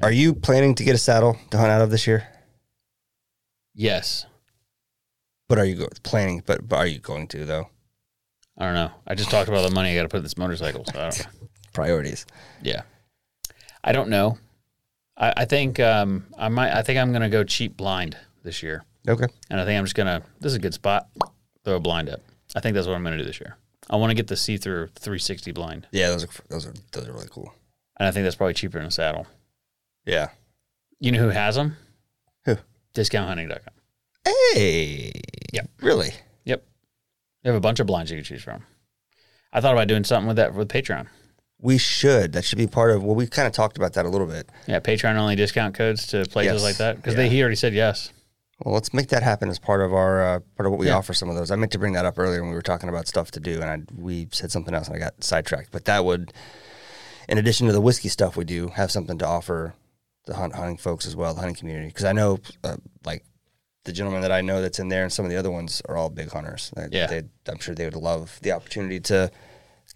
Are you planning to get a saddle to hunt out of this year?
Yes,
But are you go- planning? But, but are you going to though?
I don't know. I just talked about the money I got to put in this motorcycle. So I don't know.
Priorities.
Yeah, I don't know. I, I think um, I might. I think I'm going to go cheap blind this year.
Okay.
And I think I'm just gonna. This is a good spot. Throw a blind up. I think that's what I'm gonna do this year. I want to get the see-through 360 blind,
Yeah, those are those are those are really cool.
and I think that's probably cheaper than a saddle.
Yeah.
You know who has them?
Who?
Discounthunting.com.
Hey.
Yeah.
Really?
Yep, they have a bunch of blinds you can choose from. I thought about doing something with that with Patreon.
We should. That should be part of. Well, we kind of talked about that a little bit.
Yeah, Patreon only discount codes to places
Yes.
like that because
Yeah.
he already said yes.
Well, let's make that happen as part of our uh, part of what we
Yeah.
offer. Some of those. I meant to bring that up earlier when we were talking about stuff to do, and I we said something else, and I got sidetracked. But that would, in addition to the whiskey stuff, we do have something to offer the hunt hunting folks as well, the hunting community. Because I know, uh, like, the gentleman that I know that's in there, and some of the other ones are all big hunters. They-
Yeah.
they, I'm sure they would love the opportunity to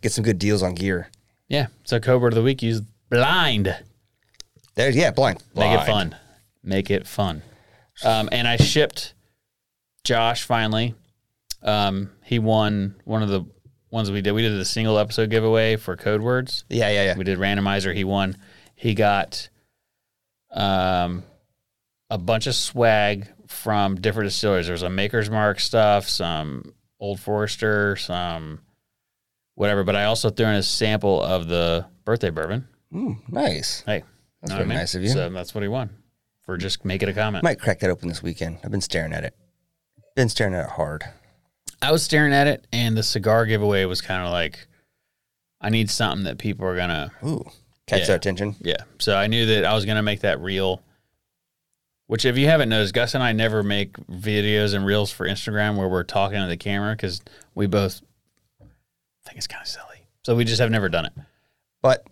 get some good deals on gear.
Yeah, so code word of the week use blind.
There, yeah, blind.
Make it
Blind.
fun. Make it fun. Um, and I shipped Josh finally. Um, he won one of the ones we did. We did the single episode giveaway for code words.
Yeah, yeah, yeah.
We did randomizer. He won. He got um, a bunch of swag from different distilleries. There was a Maker's Mark stuff, some Old Forester, some whatever. But I also threw in a sample of the birthday bourbon.
Mm, nice.
Hey,
That's
know what I
very
mean?
nice of you.
So that's what he won for just making a comment.
Might crack that open this weekend. I've been staring at it. Been staring at it hard.
I was staring at it, and the cigar giveaway was kind of like, I need something that people are gonna,
Ooh, catch
Yeah.
their attention.
yeah. So I knew that I was gonna make that real. Which, if you haven't noticed, Gus and I never make videos and reels for Instagram where we're talking to the camera because we both think it's kind of silly. So we just have never done it.
But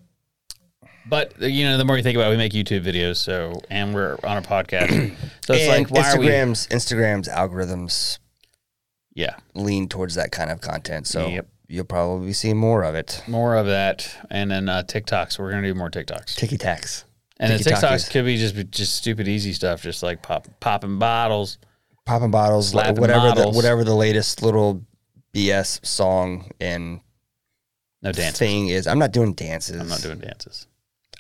But uh, you know, the more you think about it, we make YouTube videos. So and we're on a podcast. So it's
and
like, why are we?
Instagram's Instagram's algorithms
Yeah.
lean towards that kind of content, so
Yep.
you'll probably see more of it.
more of that, and then uh, TikToks. We're gonna do more TikToks,
Ticky tacks,
and then
Tiki-Takis.
TikToks could be just just stupid easy stuff, just like pop popping bottles.
popping bottles, like
Slapping
whatever the,
models.
whatever the latest little BS song and
No dances.
thing is. I'm not doing dances.
I'm not doing dances.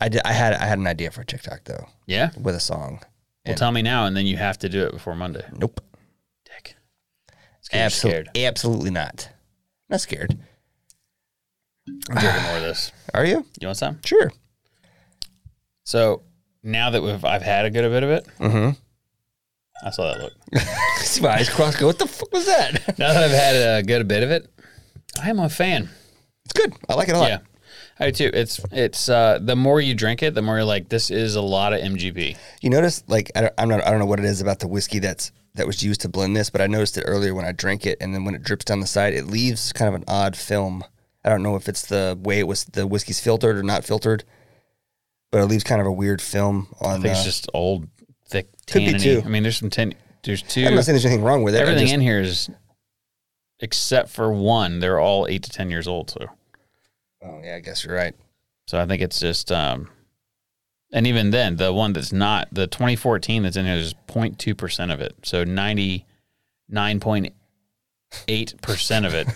I did. I had I had an idea for a TikTok though
Yeah.
with a song.
Well,
And-
tell me now, and then you have to do it before Monday.
Nope.
Dick. It's getting
Absolutely.
scared.
Absolutely not. Not scared.
I'm drinking more of this.
[SIGHS] Are you?
You want some?
Sure.
So now that we've I've had a good bit of it,
Mm-hmm.
I saw that look. [LAUGHS]
See my eyes crossed. Go. What the fuck was that? [LAUGHS]
now that I've had a good bit of it, I am a fan.
It's good. I like it a lot.
Yeah. I do too. It's it's uh, the more you drink it, the more you're like, this is a lot of MGP.
You notice, like, I don't, I'm not, I don't know what it is about the whiskey that's that was used to blend this, but I noticed it earlier when I drank it, and then when it drips down the side, it leaves kind of an odd film. I don't know if it's the way it was the whiskey's filtered or not filtered, but it leaves kind of a weird film on. uh,
I think it's
the-
just old, thick
Could be
tannin.
two.
I mean, there's some tin. There's two.
I'm not saying there's anything wrong with it. I
everything
just-
in here is, except for one. They're all eight to ten years old. So,
oh yeah, I guess you're right.
so I think it's just. um And even then, the one that's not the 2014 that's in here is 0.2 percent of it. So 99.8 percent
[LAUGHS]
of it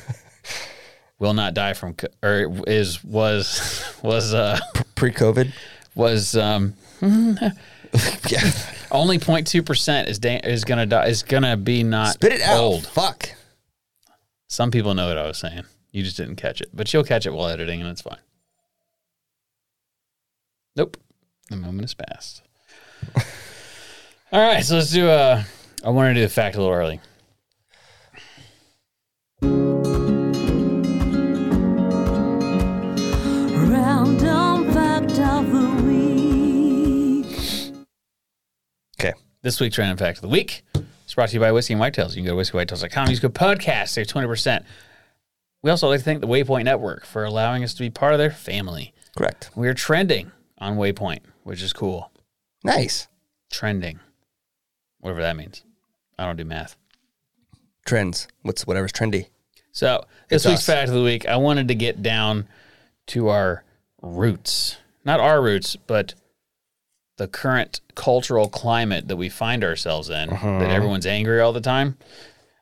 will not die from co- or is was was uh
pre-COVID. [LAUGHS]
was um,
yeah,
only 0.2 percent is da- is gonna die, is gonna be not
spit it out.
old.
Fuck.
Some people know what I was saying. You just didn't catch it, but you'll catch it while editing, and it's fine. Nope, the moment has passed. All right, so let's do. Uh, I want to do the fact a little early.
Random fact of the week.
Okay.
This week's random fact of the week is brought to you by Whiskey and Whitetails. You can go to whiskeywhitetails.com. Use code podcast, save 20%. We also like to thank the Waypoint Network for allowing us to be part of their family.
Correct.
We're trending on Waypoint, which is cool.
Nice.
Trending, whatever that means. I don't do math.
Trends. What's whatever's trendy.
So this
It's
week's
us.
fact of the week, I wanted to get down to our roots, not our roots, but the current cultural climate that we find ourselves in. That everyone's angry all the time.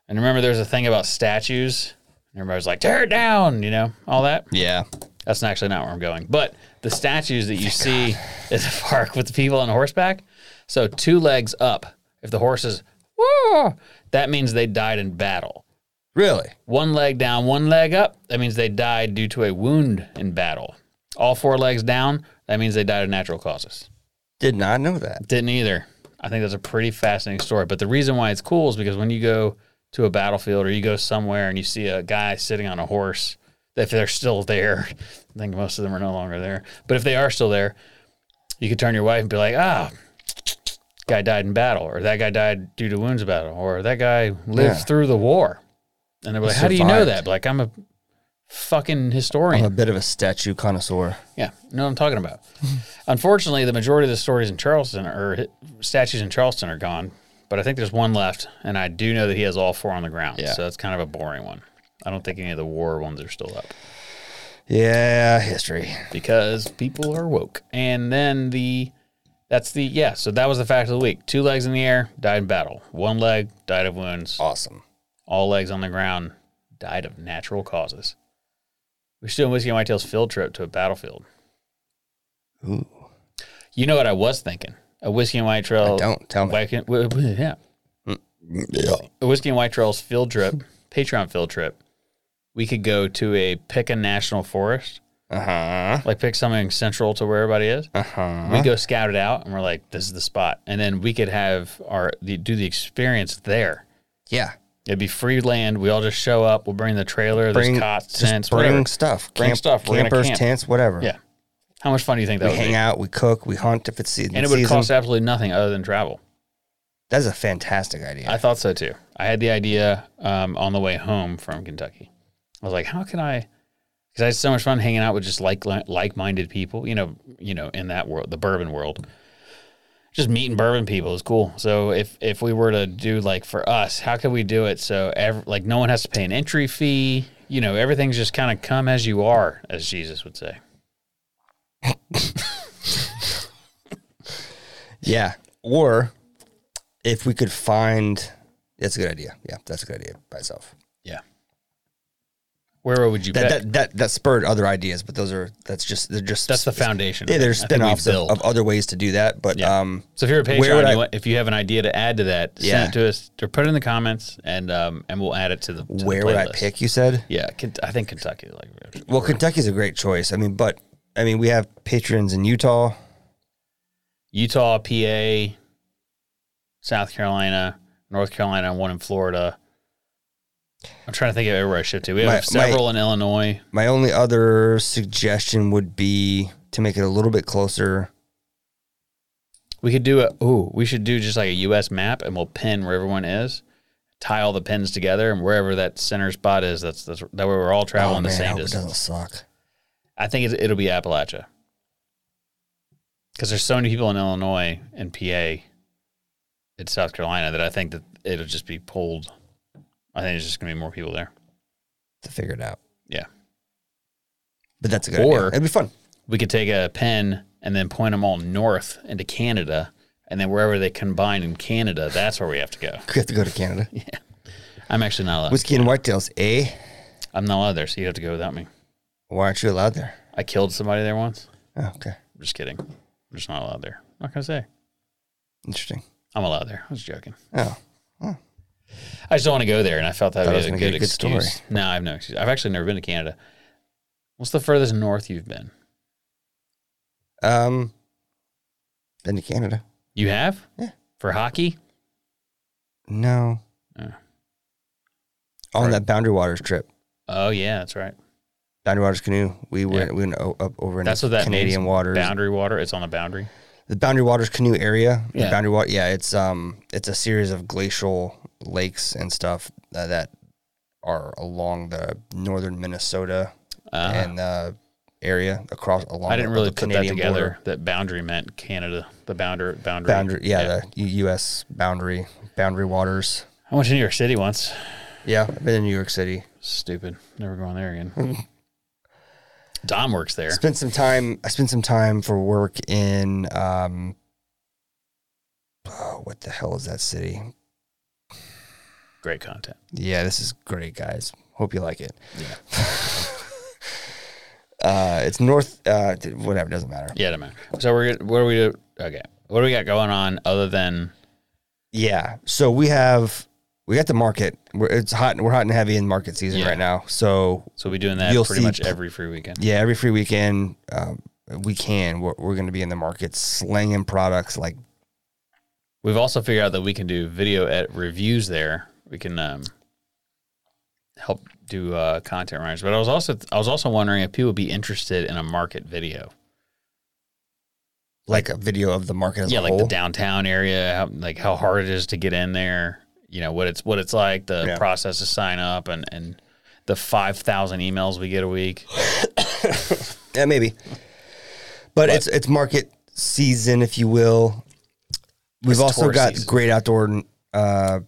And remember, there's a thing about statues. And Everybody's like, tear it down, you know, all that.
Yeah.
That's actually not where I'm going. But the statues that you see [LAUGHS] at the park with the people on horseback, so two legs up. If the horse is, "Whoa," that means they died in battle
Really?
one leg down, one leg up, that means they died due to a wound in battle. All four legs down, that means they died of natural causes.
Did not know that.
Didn't either. I think that's a pretty fascinating story. But the reason why it's cool is because when you go to a battlefield or you go somewhere and you see a guy sitting on a horse, if they're still there, [LAUGHS] I think most of them are no longer there, but if they are still there, you could turn to your wife and be like, ah, guy died in battle, or that guy died due to wounds in battle, or that guy lived
Yeah.
through the war. And they're like, how do you know
survived.
that? Be Like, I'm a fucking historian.
I'm a bit of a statue connoisseur.
Yeah, you know what I'm talking about. Unfortunately, the majority of the stories in Charleston or hi- statues in Charleston are gone, but I think there's one left, and I do know that he has all four on the ground.
Yeah.
So that's kind of a boring one. I don't think any of the war ones are still up
Yeah, history.
because people are woke. And then the that's the yeah. So that was the fact of the week. Two legs in the air, died in battle. One leg died of wounds.
Awesome.
All legs on the ground died of natural causes. We're still in Whiskey and Whitetail's field trip to a battlefield.
Ooh.
You know what I was thinking? A whiskey and white trail.
I don't. Tell me.
Why can't- w- w- yeah.
Oh, Yeah.
A whiskey and white trails field
[LAUGHS]
trip, Patreon field trip. We could go to a pick a national forest,
Uh huh.
like pick something central to where everybody is.
Uh huh.
We go scout it out, and we're like, this is the spot. And then we could have our the, do the experience there.
Yeah.
It'd be free land. We all just show up. We'll bring the trailer, there's cots,
just
tents,
bring
whatever.
stuff.
Bring stuff. We're gonna
Campers,
camp.
tents, whatever.
Yeah. How much fun do you think that
We
would
hang
be?
out. We cook. We hunt if it's season.
and it would
season.
cost absolutely nothing other than travel.
That's a fantastic idea.
I thought so too. I had the idea um, on the way home from Kentucky. I was like, how can I? Because I had so much fun hanging out with just like like minded people. You know, you know, in that world, the bourbon world, just meeting bourbon people is cool. So if if we were to do like for us, how could we do it so ev- like no one has to pay an entry fee? You know, everything's just kind of come as you are, as Jesus would say.
yeah. Or if we could find, that's a good idea. Yeah, that's a good idea by itself.
Yeah. Where would you?
That,
pick?
that that that spurred other ideas, but those are that's just they're just
That's the foundation.
Yeah, there's
I think we
spin-offs of,
build.
of other ways to do that, but
Yeah.
um,
So if you're a
Where would
Patreon,
I-
you want, if you have an idea to add to that,
Yeah.
send it to us or put it in the comments, and um, and we'll add it to the. to the
where would I
playlist.
pick? You said.
Yeah, Ken- I think Kentucky. Like,
Well, Kentucky's a great choice. I mean, but I mean, we have patrons in Utah.
Utah, PA, South Carolina, North Carolina, and one in Florida. I'm trying to think of everywhere I should to. We have
My- my-
several in Illinois.
My only other suggestion would be to make it a little bit closer.
We could do a ooh, we should do just like a US map and we'll pin where everyone is, tie all the pins together and wherever that center spot is, that's that's that way we're all traveling
oh,
the
man, I
same
hope it
distance.
doesn't suck.
I think it's, it'll be Appalachia because there's so many people in Illinois and PA, in South Carolina that I think that it'll just be pulled. I think there's just gonna be more people there.
To figure it out,
Yeah,
but that's a good
Or-
idea. It'd be fun.
we could take a pen and then point them all north into Canada, and then wherever they combine in Canada, that's where we have to go. [LAUGHS]
We have to go to Canada.
I'm actually not allowed.
Whiskey and whitetails, eh?
I'm not allowed there, so you have to go without me.
Why aren't you allowed there?
I killed somebody there once.
Oh, okay.
just kidding. I'm just not allowed there. I'm not gonna say
Interesting.
I'm allowed there. I was joking.
Oh,
I just don't want to go there, and I felt that
Thought
would be
I was
a
gonna
good,
get a good story.
excuse. No, I have no excuse. I've actually never been to Canada. What's the furthest north you've been?
um, then to Canada.
You have?
Yeah.
For hockey?
No.
Uh.
On
Right.
that Boundary Waters trip,
Oh yeah, that's right.
Boundary Waters canoe, we went
Yeah.
we went o- up over in
That's what that
Canadian
means.
waters.
Boundary water. It's on the boundary.
the Boundary Waters canoe area.
Yeah.
The Boundary Water, yeah, it's um, it's a series of glacial lakes and stuff uh, that are along the northern Minnesota
Uh,
and uh, area across along.
I didn't
the
really put that
Canadian
together.
border.
That boundary meant Canada. The boundary. Boundary.
Boundary, yeah, the U- U.S. boundary, Boundary Waters.
I went to New York City once.
Yeah, I've been in New York City.
Stupid. Never going there again.
[LAUGHS]
Dom works there.
Spent some time. I spent some time for work in um. Oh, what the hell is that city?
Great content.
Yeah, this is great, guys. Hope you like it.
Yeah.
[LAUGHS] Uh, it's north. Uh, d- whatever doesn't matter.
Yeah, it don't matter. So we're what are we do? Okay, what do we got going on other than
Yeah. So we have we got the market. We're, it's hot. We're hot and heavy in market season
Yeah.
right now. So
so we doing that
You'll
pretty
see
much
pl-
every free weekend.
yeah, every free weekend um, we can. We're, we're going to be in the market slanging products like
We've also figured out that we can do video at reviews there. We can um, help do uh, content writers. But I was also I was also wondering if people would be interested in a market video.
like a video of the market as
yeah,
a
like
whole.
the downtown area, how, like how hard it is to get in there. You know what it's what it's like, the
Yeah.
process to sign up, and and the five thousand emails we get a week.
yeah, maybe. But, it's it's market season, if you will. We've
It's
also
tour
got
season.
great outdoor uh,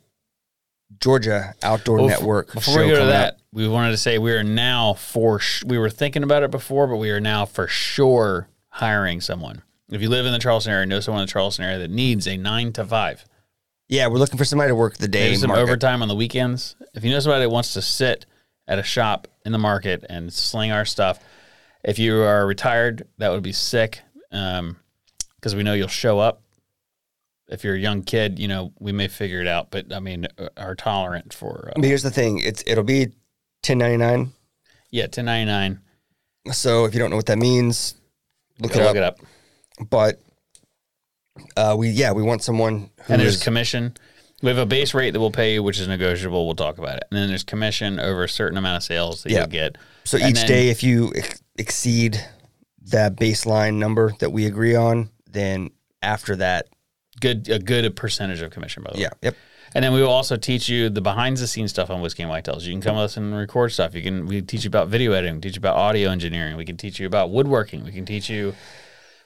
Georgia Outdoor
Well, f-
Network.
Before we
show
go to
coming up.
that, we wanted to say we are now for sh- we were thinking about it before, but we are now for sure hiring someone. If you live in the Charleston area, know someone in the Charleston area that needs a nine to five,
yeah, we're looking for somebody to work the day.
maybe some
market.
overtime on the weekends. If you know somebody that wants to sit at a shop in the market and sling our stuff, if you are retired, that would be sick because we know you'll show up. If you're a young kid, you know we may figure it out, but I mean, uh, are tolerant for
But
uh,
here's the thing: it's it'll be ten ninety nine.
yeah, ten ninety nine.
So if you don't know what that means, look it
Go
up.
look it up.
But uh, we yeah we want someone who
And there's
is-
commission. We have a base rate that we'll pay you, which is negotiable. We'll talk about it. And then there's commission over a certain amount of sales that
Yeah.
you'll get.
so
and
each
then-
day if you ex- exceed that baseline number that we agree on, then after that
Good, a good percentage of commission, by the
yeah
way.
yep
And then we will also teach you the behind the scenes stuff on Whiskey and Whitetails. You can come with us and record stuff. You can we teach you about video editing, teach you about audio engineering, we can teach you about woodworking, we can teach you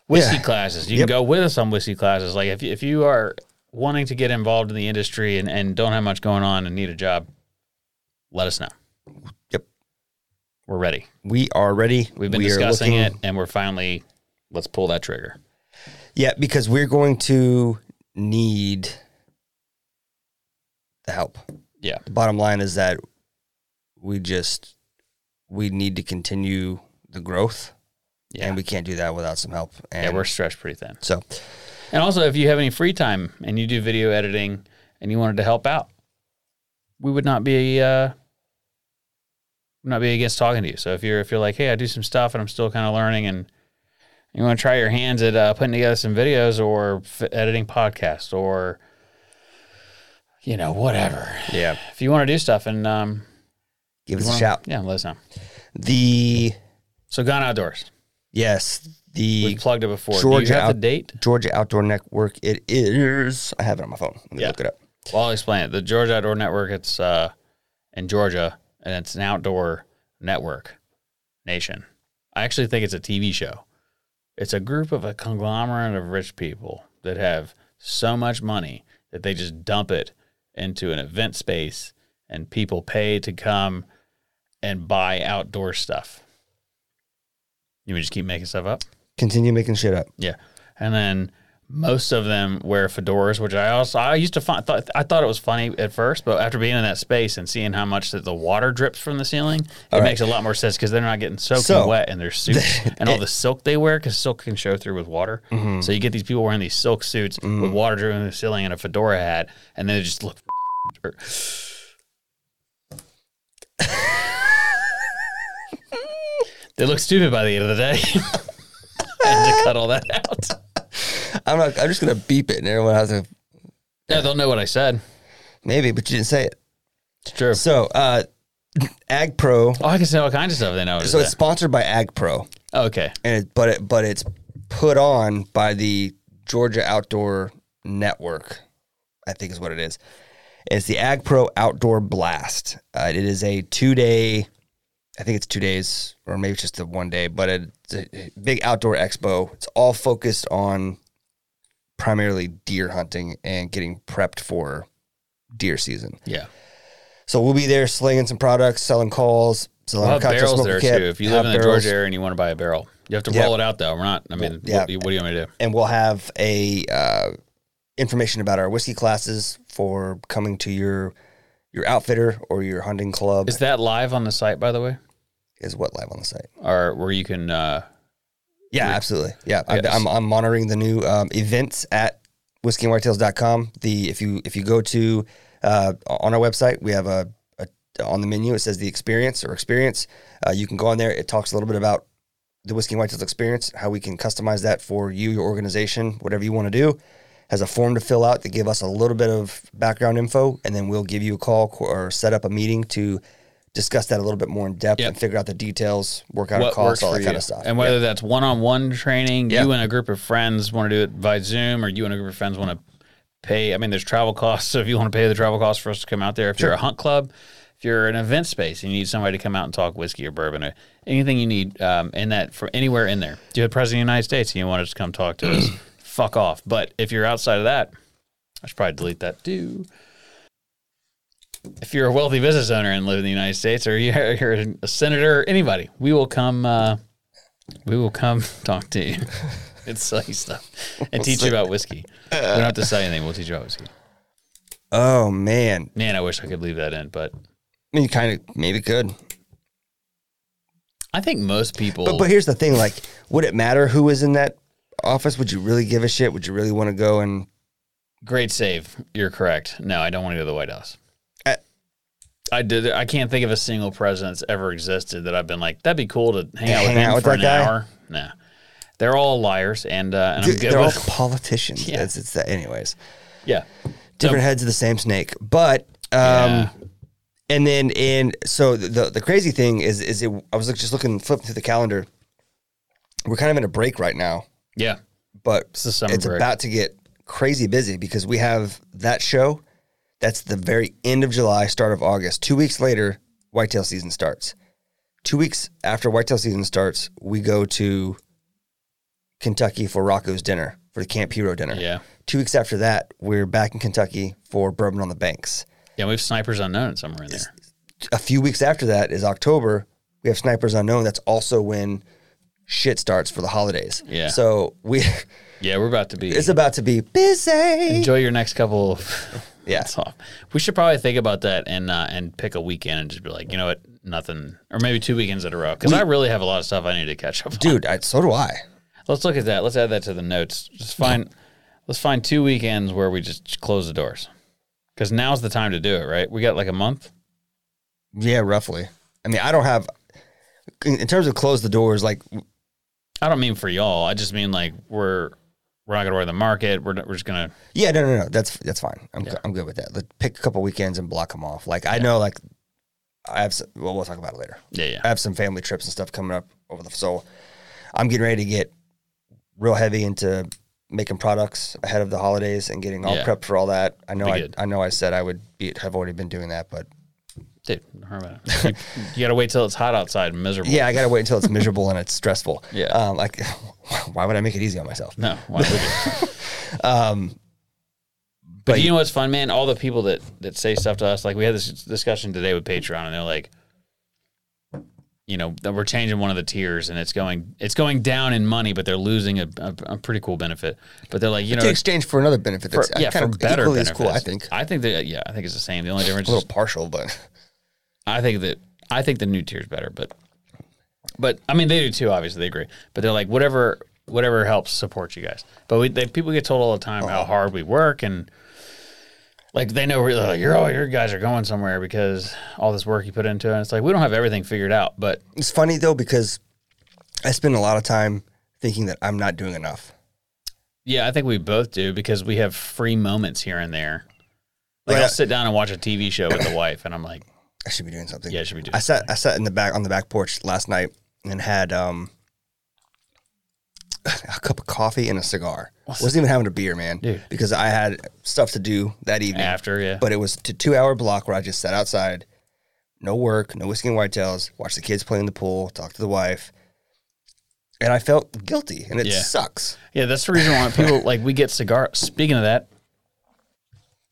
whiskey
Yeah.
classes. You
Yep.
can go with us on whiskey classes. Like if you, if you are wanting to get involved in the industry and, and don't have much going on and need a job, let us know.
Yep.
We're ready.
we are ready.
We've been
We are
discussing
looking-
it, and we're finally let's pull that trigger.
Yeah, because we're going to need the help.
Yeah.
The bottom line is that we just we need to continue the growth.
Yeah,
And we can't do that without some help. And
yeah, we're stretched pretty thin.
so
And also, if you have any free time and you do video editing and you wanted to help out, we would not be uh, would not be against talking to you. So if you're if you're like, hey, I do some stuff and I'm still kind of learning, and you want to try your hands at uh, putting together some videos or f- editing podcasts or you know whatever,
yeah,
if you want to do stuff and um,
give
you
us a
wanna-
shout.
yeah, let us know.
The
So gone outdoors.
yes,
We
the
plugged it before. Do
Georgia
you have the
out-
date?
Georgia Outdoor Network. It is. I have it on my phone. Let me
Yeah.
look it up.
Well, I'll explain it. The Georgia Outdoor Network. It's uh, in Georgia, and it's an outdoor network nation. I actually think it's a TV show. It's a group of a conglomerate of rich people that have so much money that they just dump it into an event space, and people pay to come and buy outdoor stuff. You would just keep making stuff up.
Continue making shit up.
Yeah. And then Most of them wear fedoras, which I also I used to find thought I thought it was funny at first, but after being in that space and seeing how much that the water drips from the ceiling, it makes a lot more sense because they're not getting soaking
So-
wet in their
[LAUGHS]
suits and all the silk they wear because silk can show through with water.
Mm-hmm.
So you get these people wearing these silk suits with water dripping from the ceiling and a fedora hat, and then they just look. [SIGHS] or- they look stupid by the end of the day. [LAUGHS] I had to cut all that out.
I'm not. I'm just gonna beep it, and everyone has to
No, they'll know what I said.
maybe, but you didn't say it.
It's true.
So, uh, Ag Pro.
Oh, I can say all kinds of stuff they know.
So it's sponsored by Ag Pro,
okay.
and it, but it, but it's put on by the Georgia Outdoor Network. I think is what it is. It's the Ag Pro Outdoor Blast. Uh, it is a two day. I think it's two days, or maybe it's just the one day, but it's a big outdoor expo. It's all focused on primarily deer hunting and getting prepped for deer season.
Yeah.
So we'll be there slinging some products, selling calls, selling
We'll have
cocktail
barrels
smoker
there
kit,
too. If you
have
live in the
barrels,
Georgia area and you want to buy a barrel, you have to
Yeah.
roll it out though. We're not. I mean,
Yeah.
what, do you- what do you want me to do?
and we'll have a uh, information about our whiskey classes for coming to your your outfitter or your hunting club
Is that live on the site, by the way,
is what live on the site.
or where you can? uh
Yeah, absolutely. Yeah,
Yes.
I, am I'm monitoring the new um, events at whiskeyandwhitetails.com. The if you if you go to uh, on our website, we have a, a on the menu. It says the experience or experience. Uh, you can go on there. It talks a little bit about the whiskey and whitetails experience, how we can customize that for you, your organization, whatever you want to do. Has a form to fill out to give us a little bit of background info, and then we'll give you a call co- or set up a meeting to discuss that a little bit more in depth
Yep.
and figure out the details, work out a
What works
cost, all
for
that
you,
kind of stuff.
and
Yeah.
whether that's one-on-one training,
Yeah.
you and a group of friends want to do it by Zoom, or you and a group of friends want to pay. I mean, there's travel costs. [LAUGHS] So if you want to pay the travel costs for us to come out there, if you're a hunt club, if you're an event space and you need somebody to come out and talk whiskey or bourbon or anything you need um, in that from anywhere in there, if you're the president of the United States and you want us to come talk to us, [CLEARS THROAT] fuck off. But if you're outside of that, I should probably delete that too. If you're a wealthy business owner and live in the United States, or you're, [LAUGHS] you're a senator, anybody, we will come. Uh, we will come [LAUGHS] talk
[LAUGHS]
to you and sell you stuff and teach you about whiskey. We don't have to sell you anything. We'll teach you about whiskey.
Oh man,
Man, I wish I could leave that in, but
I mean, you kind of maybe could.
I think most people.
But but here's the thing: like, would it matter who was in that office? Would you really give a shit? Would you really want to go and?
great save. You're correct. No, I don't want to go to the White House.
I-
I did. I can't think of a single president that's ever existed that I've been like, that'd be cool to hang out with
Hang
him
out with
for
that
an
guy?
hour. Nah, they're all liars, and uh, and I'm
Dude,
good [LAUGHS]
they're all Um,
with.
politicians.
Yeah.
That's it's that. Anyways,
yeah,
different heads of the same snake. But um,
Yeah.
and then in so the the crazy thing is is it, I was look- just looking flipping through the calendar. We're kind of in a break right now,
yeah.
but
It's the summer
it's
break.
about to get crazy busy because we have that show. That's the very end of July, start of August. Two weeks later, whitetail season starts. Two weeks after whitetail season starts, we go to Kentucky for Rocco's dinner, for the Camp Hero dinner.
Yeah.
Two weeks after that, we're back in Kentucky for Bourbon on the Banks.
Yeah, we have snipers unknown somewhere in there.
A few weeks after that is October. We have Snipers Unknown. That's also when shit starts for the holidays.
Yeah.
So we [LAUGHS]
Yeah, we're about to be.
it's about to be busy.
Enjoy your next couple of [LAUGHS]
Yeah.
months off. We should probably think about that and uh, and pick a weekend and just be like, you know what, nothing, or maybe two weekends in a row because I really have a lot of stuff I need to catch up. on.
dude I, so do i
let's look at that. Let's add that to the notes. Just find, let's find two weekends where we just close the doors because now's the time to do it. Right? We got like a month.
yeah roughly i mean i don't have in in terms of close the doors like
I don't mean for y'all. I just mean like we're we're not gonna worry the market. We're we're just gonna
yeah no no no that's that's fine i'm, go- I'm good with that like, pick a couple weekends and block them off like i know like i have some, well we'll talk about it later
yeah yeah.
i have some family trips and stuff coming up over the so i'm getting ready to get real heavy into making products ahead of the holidays and getting all
Yeah.
prepped for all that i know
Be
I,
good. I
I know i said i would be, have already been doing that but
Dude, don't worry about it. You, you gotta wait till it's hot outside and miserable.
yeah i gotta wait until it's miserable and it's stressful
[LAUGHS] Yeah.
um, like [LAUGHS] why would i make it easy on myself
No, why would you?
[LAUGHS] um
But,
But-
you know what's fun, man? All the people that that say stuff to us, like we had this discussion today with Patreon, and they're like, you know that we're changing one of the tiers and it's going it's going down in money, but they're losing a, a, a pretty cool benefit. But they're like you know
to exchange for another benefit
for,
that's
yeah
uh, kind
for
of
better
equally
benefits.
as cool, I think.
I think that yeah I think it's the same. The only difference
A
is
little partial, but [LAUGHS]
I think that I think the new tier's better, but but I mean they do too. Obviously, they agree. But they're like whatever whatever helps support you guys. But we they, people get told all the time
Uh-huh.
how hard we work and like they know really like, you're all your guys are going somewhere because all this work you put into it. And it's like we don't have everything figured out, but
it's funny though because I spend a lot of time thinking that I'm not doing enough.
yeah, I think we both do because we have free moments here and there. Like
Right.
I'll sit down and watch a TV show with the wife, and I'm like,
I should be doing something.
yeah, I should be doing.
I sat I sat in the back on the back porch last night and had um [SIGHS] a cup of coffee and a cigar. Wasn't even having a beer, man,
Dude.
because I had stuff to do that evening.
after yeah,
But it was a two hour block where I just sat outside, no work, no whiskey and whitetails, watched the kids play in the pool, talked to the wife, and I felt guilty, and it
Yeah.
sucks.
Yeah, that's the reason why
[LAUGHS]
people like we get cigar. Speaking of that,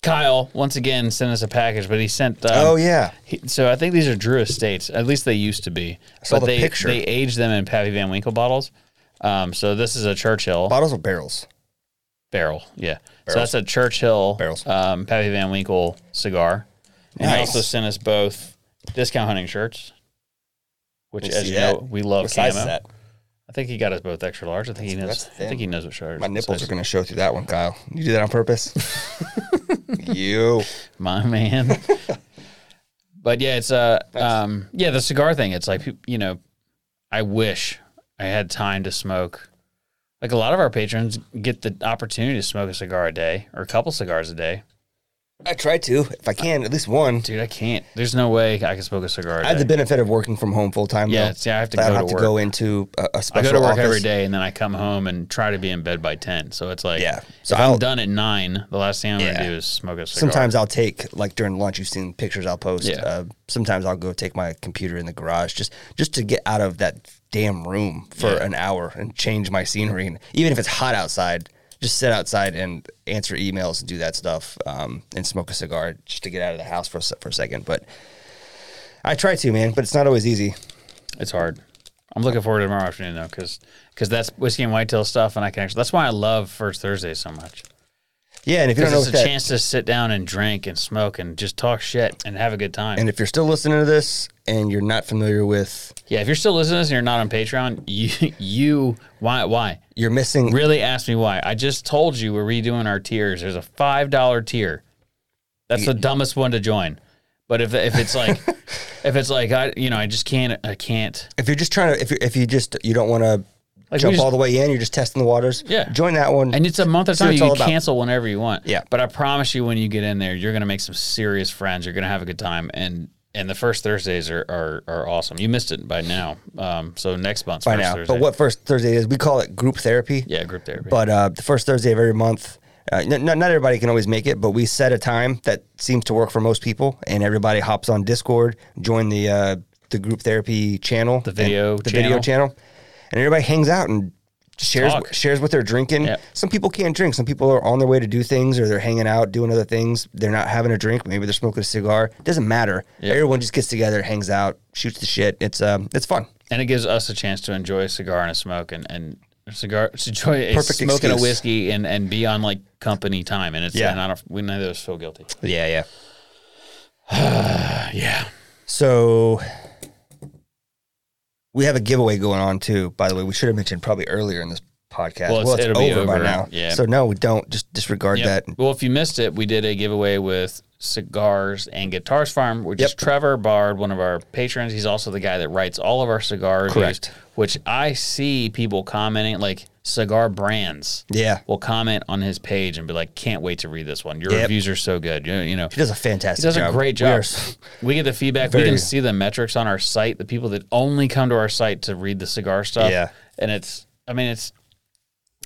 Kyle once again sent us a package, but he sent. Um,
oh yeah,
he- so I think these are Drew Estates. At least they used to be.
saw
but
the
they
picture.
they age them in Pappy Van Winkle bottles. Um, so this is a Churchill
bottles or barrels.
barrel. Yeah. So that's a Churchill
Barrels.
um, Pappy Van Winkle cigar. And they
Nice.
also sent us both discount hunting shirts, which,
Let me
as
see
you
that.
know, we love
What size
camo.
is that?
I think he got us both extra large. I think he
That's-
knows.
that's
I think
thin.
he knows what shirt.
My nipples
size.
are gonna show through that one, Kyle. You do that on
[LAUGHS]
purpose? you.
my
[LAUGHS]
man. but yeah, it's uh, um, yeah, the cigar thing. It's like you know, I wish I had time to smoke. Like a lot of our patrons get the opportunity to smoke a cigar a day or a couple cigars a day.
I try to, if I can, at least one.
Dude, I can't. There's no way I can smoke a cigar. A
I have
day.
the benefit of working from home full time.
Yeah,
though,
it's- yeah, I have to
that I
go to
don't have to
work.
go into a, a
I
special
go to work
office.
every day and then I come home and try to be in bed by ten. So it's like,
Yeah.
So
So
if i am
I'll-
done at nine. The last thing I'm
Yeah.
gonna do is smoke a cigar.
Sometimes I'll take like during lunch. You've seen pictures I'll post.
Yeah.
Uh, sometimes I'll go take my computer in the garage just just to get out of that damn room for
Yeah.
an hour and change my scenery. And even if it's hot outside, just sit outside and answer emails and do that stuff um, and smoke a cigar just to get out of the house for a, se- for a second. But I try to, man, but it's not always easy.
It's hard. I'm looking forward to tomorrow afternoon though, because that's whiskey and whitetail stuff, and I can actually. That's why I love First Thursday so much.
Yeah, and if you don't
Because
know
it's
what
a
that,
chance to sit down and drink and smoke and just talk shit and have a good time.
and if you're still listening to this and you're not familiar with,
yeah, if you're still listening to this and you're not on Patreon, you you why why
you're missing
really ask me why? I just told you we're redoing our tiers. There's a five dollar tier. That's the dumbest one to join. But if if it's
[LAUGHS]
like if it's like I you know I just can't I can't
if you're just trying to if you if you just you don't want to
we
jump
just-
all the way in, you're just testing the waters.
Yeah.
join that one.
And it's a month of
See what
time.
it's
You
all
can
about.
cancel whenever you want.
Yeah.
But I promise you, when you get in there, you're going to make some serious friends. You're going to have a good time. And and the first Thursdays are are, are awesome. You missed it by now. Um. So next month's
by
first
now.
Thursday.
But what first Thursday is? We call it group therapy.
Yeah, group therapy.
But uh, the first Thursday of every month, uh, n- not not everybody can always make it, but we set a time that seems to work for most people, and everybody hops on Discord, join the uh, the group therapy channel, the
video
the video
channel.
channel, and everybody hangs out and. Shares,
Talk.
shares what they're drinking.
Yep.
Some people can't drink. Some people are on their way to do things or they're hanging out, doing other things. They're not having a drink. Maybe they're smoking a cigar. doesn't matter. Everyone just gets together, hangs out, shoots the shit. It's um, it's fun.
and it gives us a chance to enjoy a cigar and a smoke and and a cigar to enjoy a
Perfect
smoke and a
excuse.
whiskey and and be on like company time. And it's
Yeah.
And I don't. We neither of us feel guilty.
Yeah, yeah. Uh,
Yeah.
So we have a giveaway going on too. By the way, we should have mentioned probably earlier in this podcast.
Well,
Well,
it's-
it's,
it'll be
over, by
over,
now.
yeah.
So no, we don't. Just disregard
Yep.
that.
Well, if you missed it, we did a giveaway with Cigars and Guitars Farm, which is
Yep.
Trevor Bard, one of our patrons. He's also the guy that writes all of our cigar reviews,
Correct.
which I see people commenting, like cigar brands
Yeah.
will comment on his page and be like, can't wait to read this one. Your
Yep.
reviews are so good. You, you know,
He does a fantastic
he does
job.
a great
We are
job.
s-
We, get the feedback. we
Very-
can see the metrics on our site. The people that only come to our site to read the cigar stuff.
Yeah.
and it's I mean it's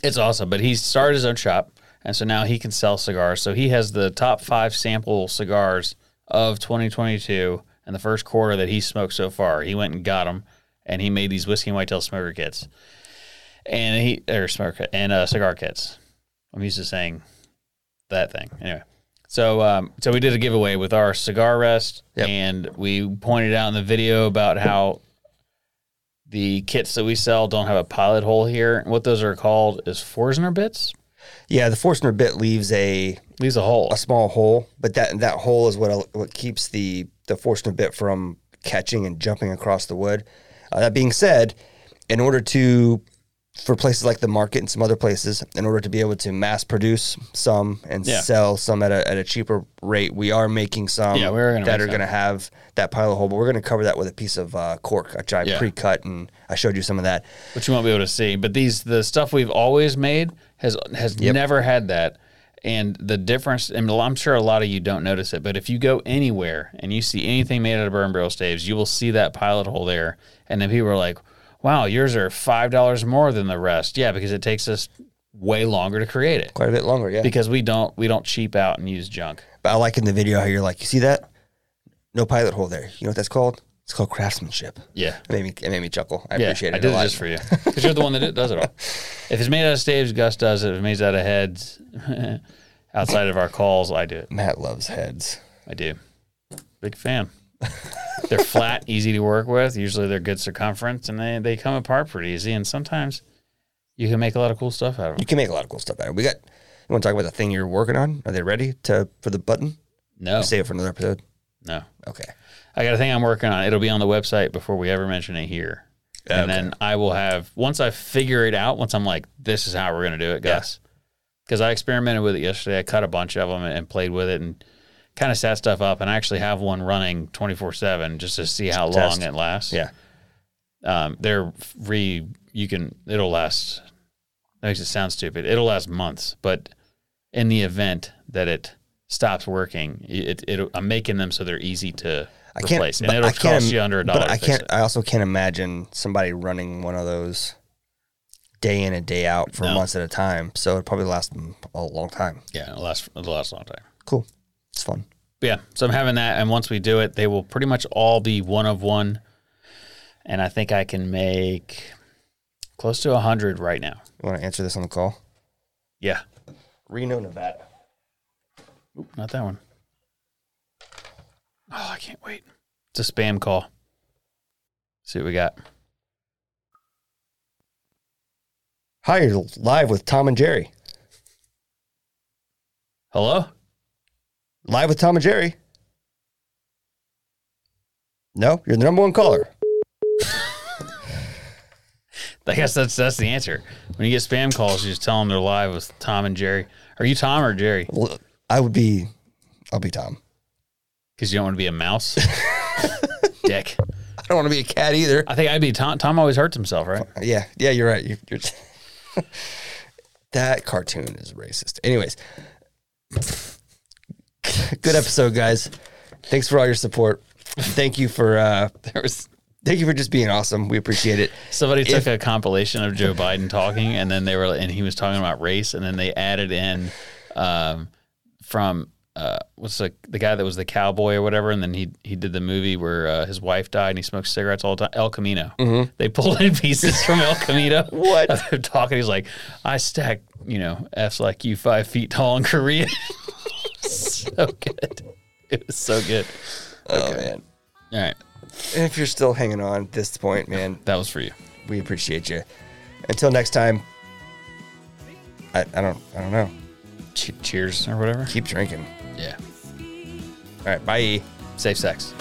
it's awesome. But he started his own shop, and so now he can sell cigars. So he has the top five sample cigars of 2022 and the first quarter that he smoked so far. He went and got them, and he made these whiskey and whitetail smoker kits, and he or smoker kit- and uh, cigar kits. I'm used to saying that thing anyway. So, um, so we did a giveaway with our cigar rest,
Yep.
and we pointed out in the video about how The kits that we sell don't have a pilot hole here. And what those are called is Forstner bits.
Yeah, the Forstner bit leaves a
Leaves a hole.
a small hole, but that that hole is what what keeps the the Forstner bit from catching and jumping across the wood. Uh, that being said, in order to for places like the market and some other places, in order to be able to mass produce some and
Yeah.
sell some at a, at a cheaper rate, we are making some
Yeah, we are gonna
that
make
are
some.
going to have that pile of hole, but we're going to cover that with a piece of uh, cork, which I
Yeah.
pre cut and I showed you some of that.
which you won't be able to see. But these the stuff we've always made has has never had that. And the difference, I mean, I'm sure a lot of you don't notice it, but if you go anywhere and you see anything made out of burn barrel staves, you will see that pilot hole there. And then people are like, wow, yours are $5 more than the rest. Yeah, because it takes us way longer to create it
Quite a bit longer, yeah.
because we don't we don't cheap out and use junk.
But I like in the video how you're like, you see that? No pilot hole there. You know what that's called? It's called craftsmanship.
Yeah.
It made me, it made me chuckle. I
yeah,
appreciate it.
I did
a lot.
it just
[LAUGHS]
for you because you're the one that did- does it all. If it's made out of staves, Gus does it. If it's made out of heads, [LAUGHS] outside of our calls, I do it.
Matt loves heads.
I do. Big fan. they're
[LAUGHS]
flat, easy to work with. Usually they're good circumference and they, they come apart pretty easy. And sometimes you can make a lot of cool stuff out of
You
them.
can make a lot of cool stuff out of it. We got. You want to talk about the thing you're working on? Are they ready to for the button?
No,
Save it for another episode.
no.
Okay.
I got a thing I'm working on. It'll be on the website before we ever mention it here. And then I will have, once I figure it out, once I'm like, this is how we're going to do it, Gus. Because I experimented with it yesterday. I cut a bunch of them and played with it and kind of set stuff up. And I actually have one running 24 7 just to see how
Test.
long it lasts.
Yeah.
um, they're re you can it'll last that makes it sound stupid it'll last months but in the event that it stops working it, it i'm making them so they're easy to
I can't.
replace and
but
it'll
I can't,
cost you under a
but
dollar to
I
fix
can't.
it.
I also can't imagine somebody running one of those day in and day out for
No.
months at a time. So it probably lasts them a long time.
yeah it'll last it'll last a long time
Cool. It's fun.
But yeah so i'm having that and once we do it they will pretty much all be one of one and i think i can make close to 100 right now
You want to answer this on the call?
yeah
Reno, Nevada.
Oop, not that one. Oh, I can't wait. It's a spam call. See what we got.
Hi, you're live with Tom and Jerry.
Hello?
Live with Tom and Jerry. No, you're the number one caller.
I guess that's that's the answer. When you get spam calls, you just tell them they're live with Tom and Jerry. Are you Tom or Jerry?
Well, I would be, I'll be Tom.
Because you don't want to be a mouse. Dick.
[LAUGHS] I don't want to be a cat either.
I think I'd be Tom. Tom always hurts himself, right?
Yeah, yeah, you're right. You're, you're [LAUGHS] that cartoon is racist. Anyways, [LAUGHS] good episode, guys. Thanks for all your support. Thank you for [LAUGHS] uh,
There was
thank you for just being awesome. We appreciate it.
somebody took
If-
a compilation of Joe Biden talking, and then they were and he was talking about race, and then they added in um, from uh, what's the the guy that was the cowboy or whatever, and then he he did the movie where uh, his wife died and he smoked cigarettes all the time. El Camino. They pulled in pieces from El Camino.
Mm-hmm.
[LAUGHS]
[LAUGHS] What?
of him talking? He's like, I stack you know f's like you five feet tall in Korea. [LAUGHS] so good. It was so good.
Oh man,
All right,
and if you're still hanging on at this point, man,
that was for you.
we appreciate you. Until next time, I, I don't I don't know.
Che- cheers or whatever.
Keep drinking.
Yeah.
All right, bye.
Safe sex.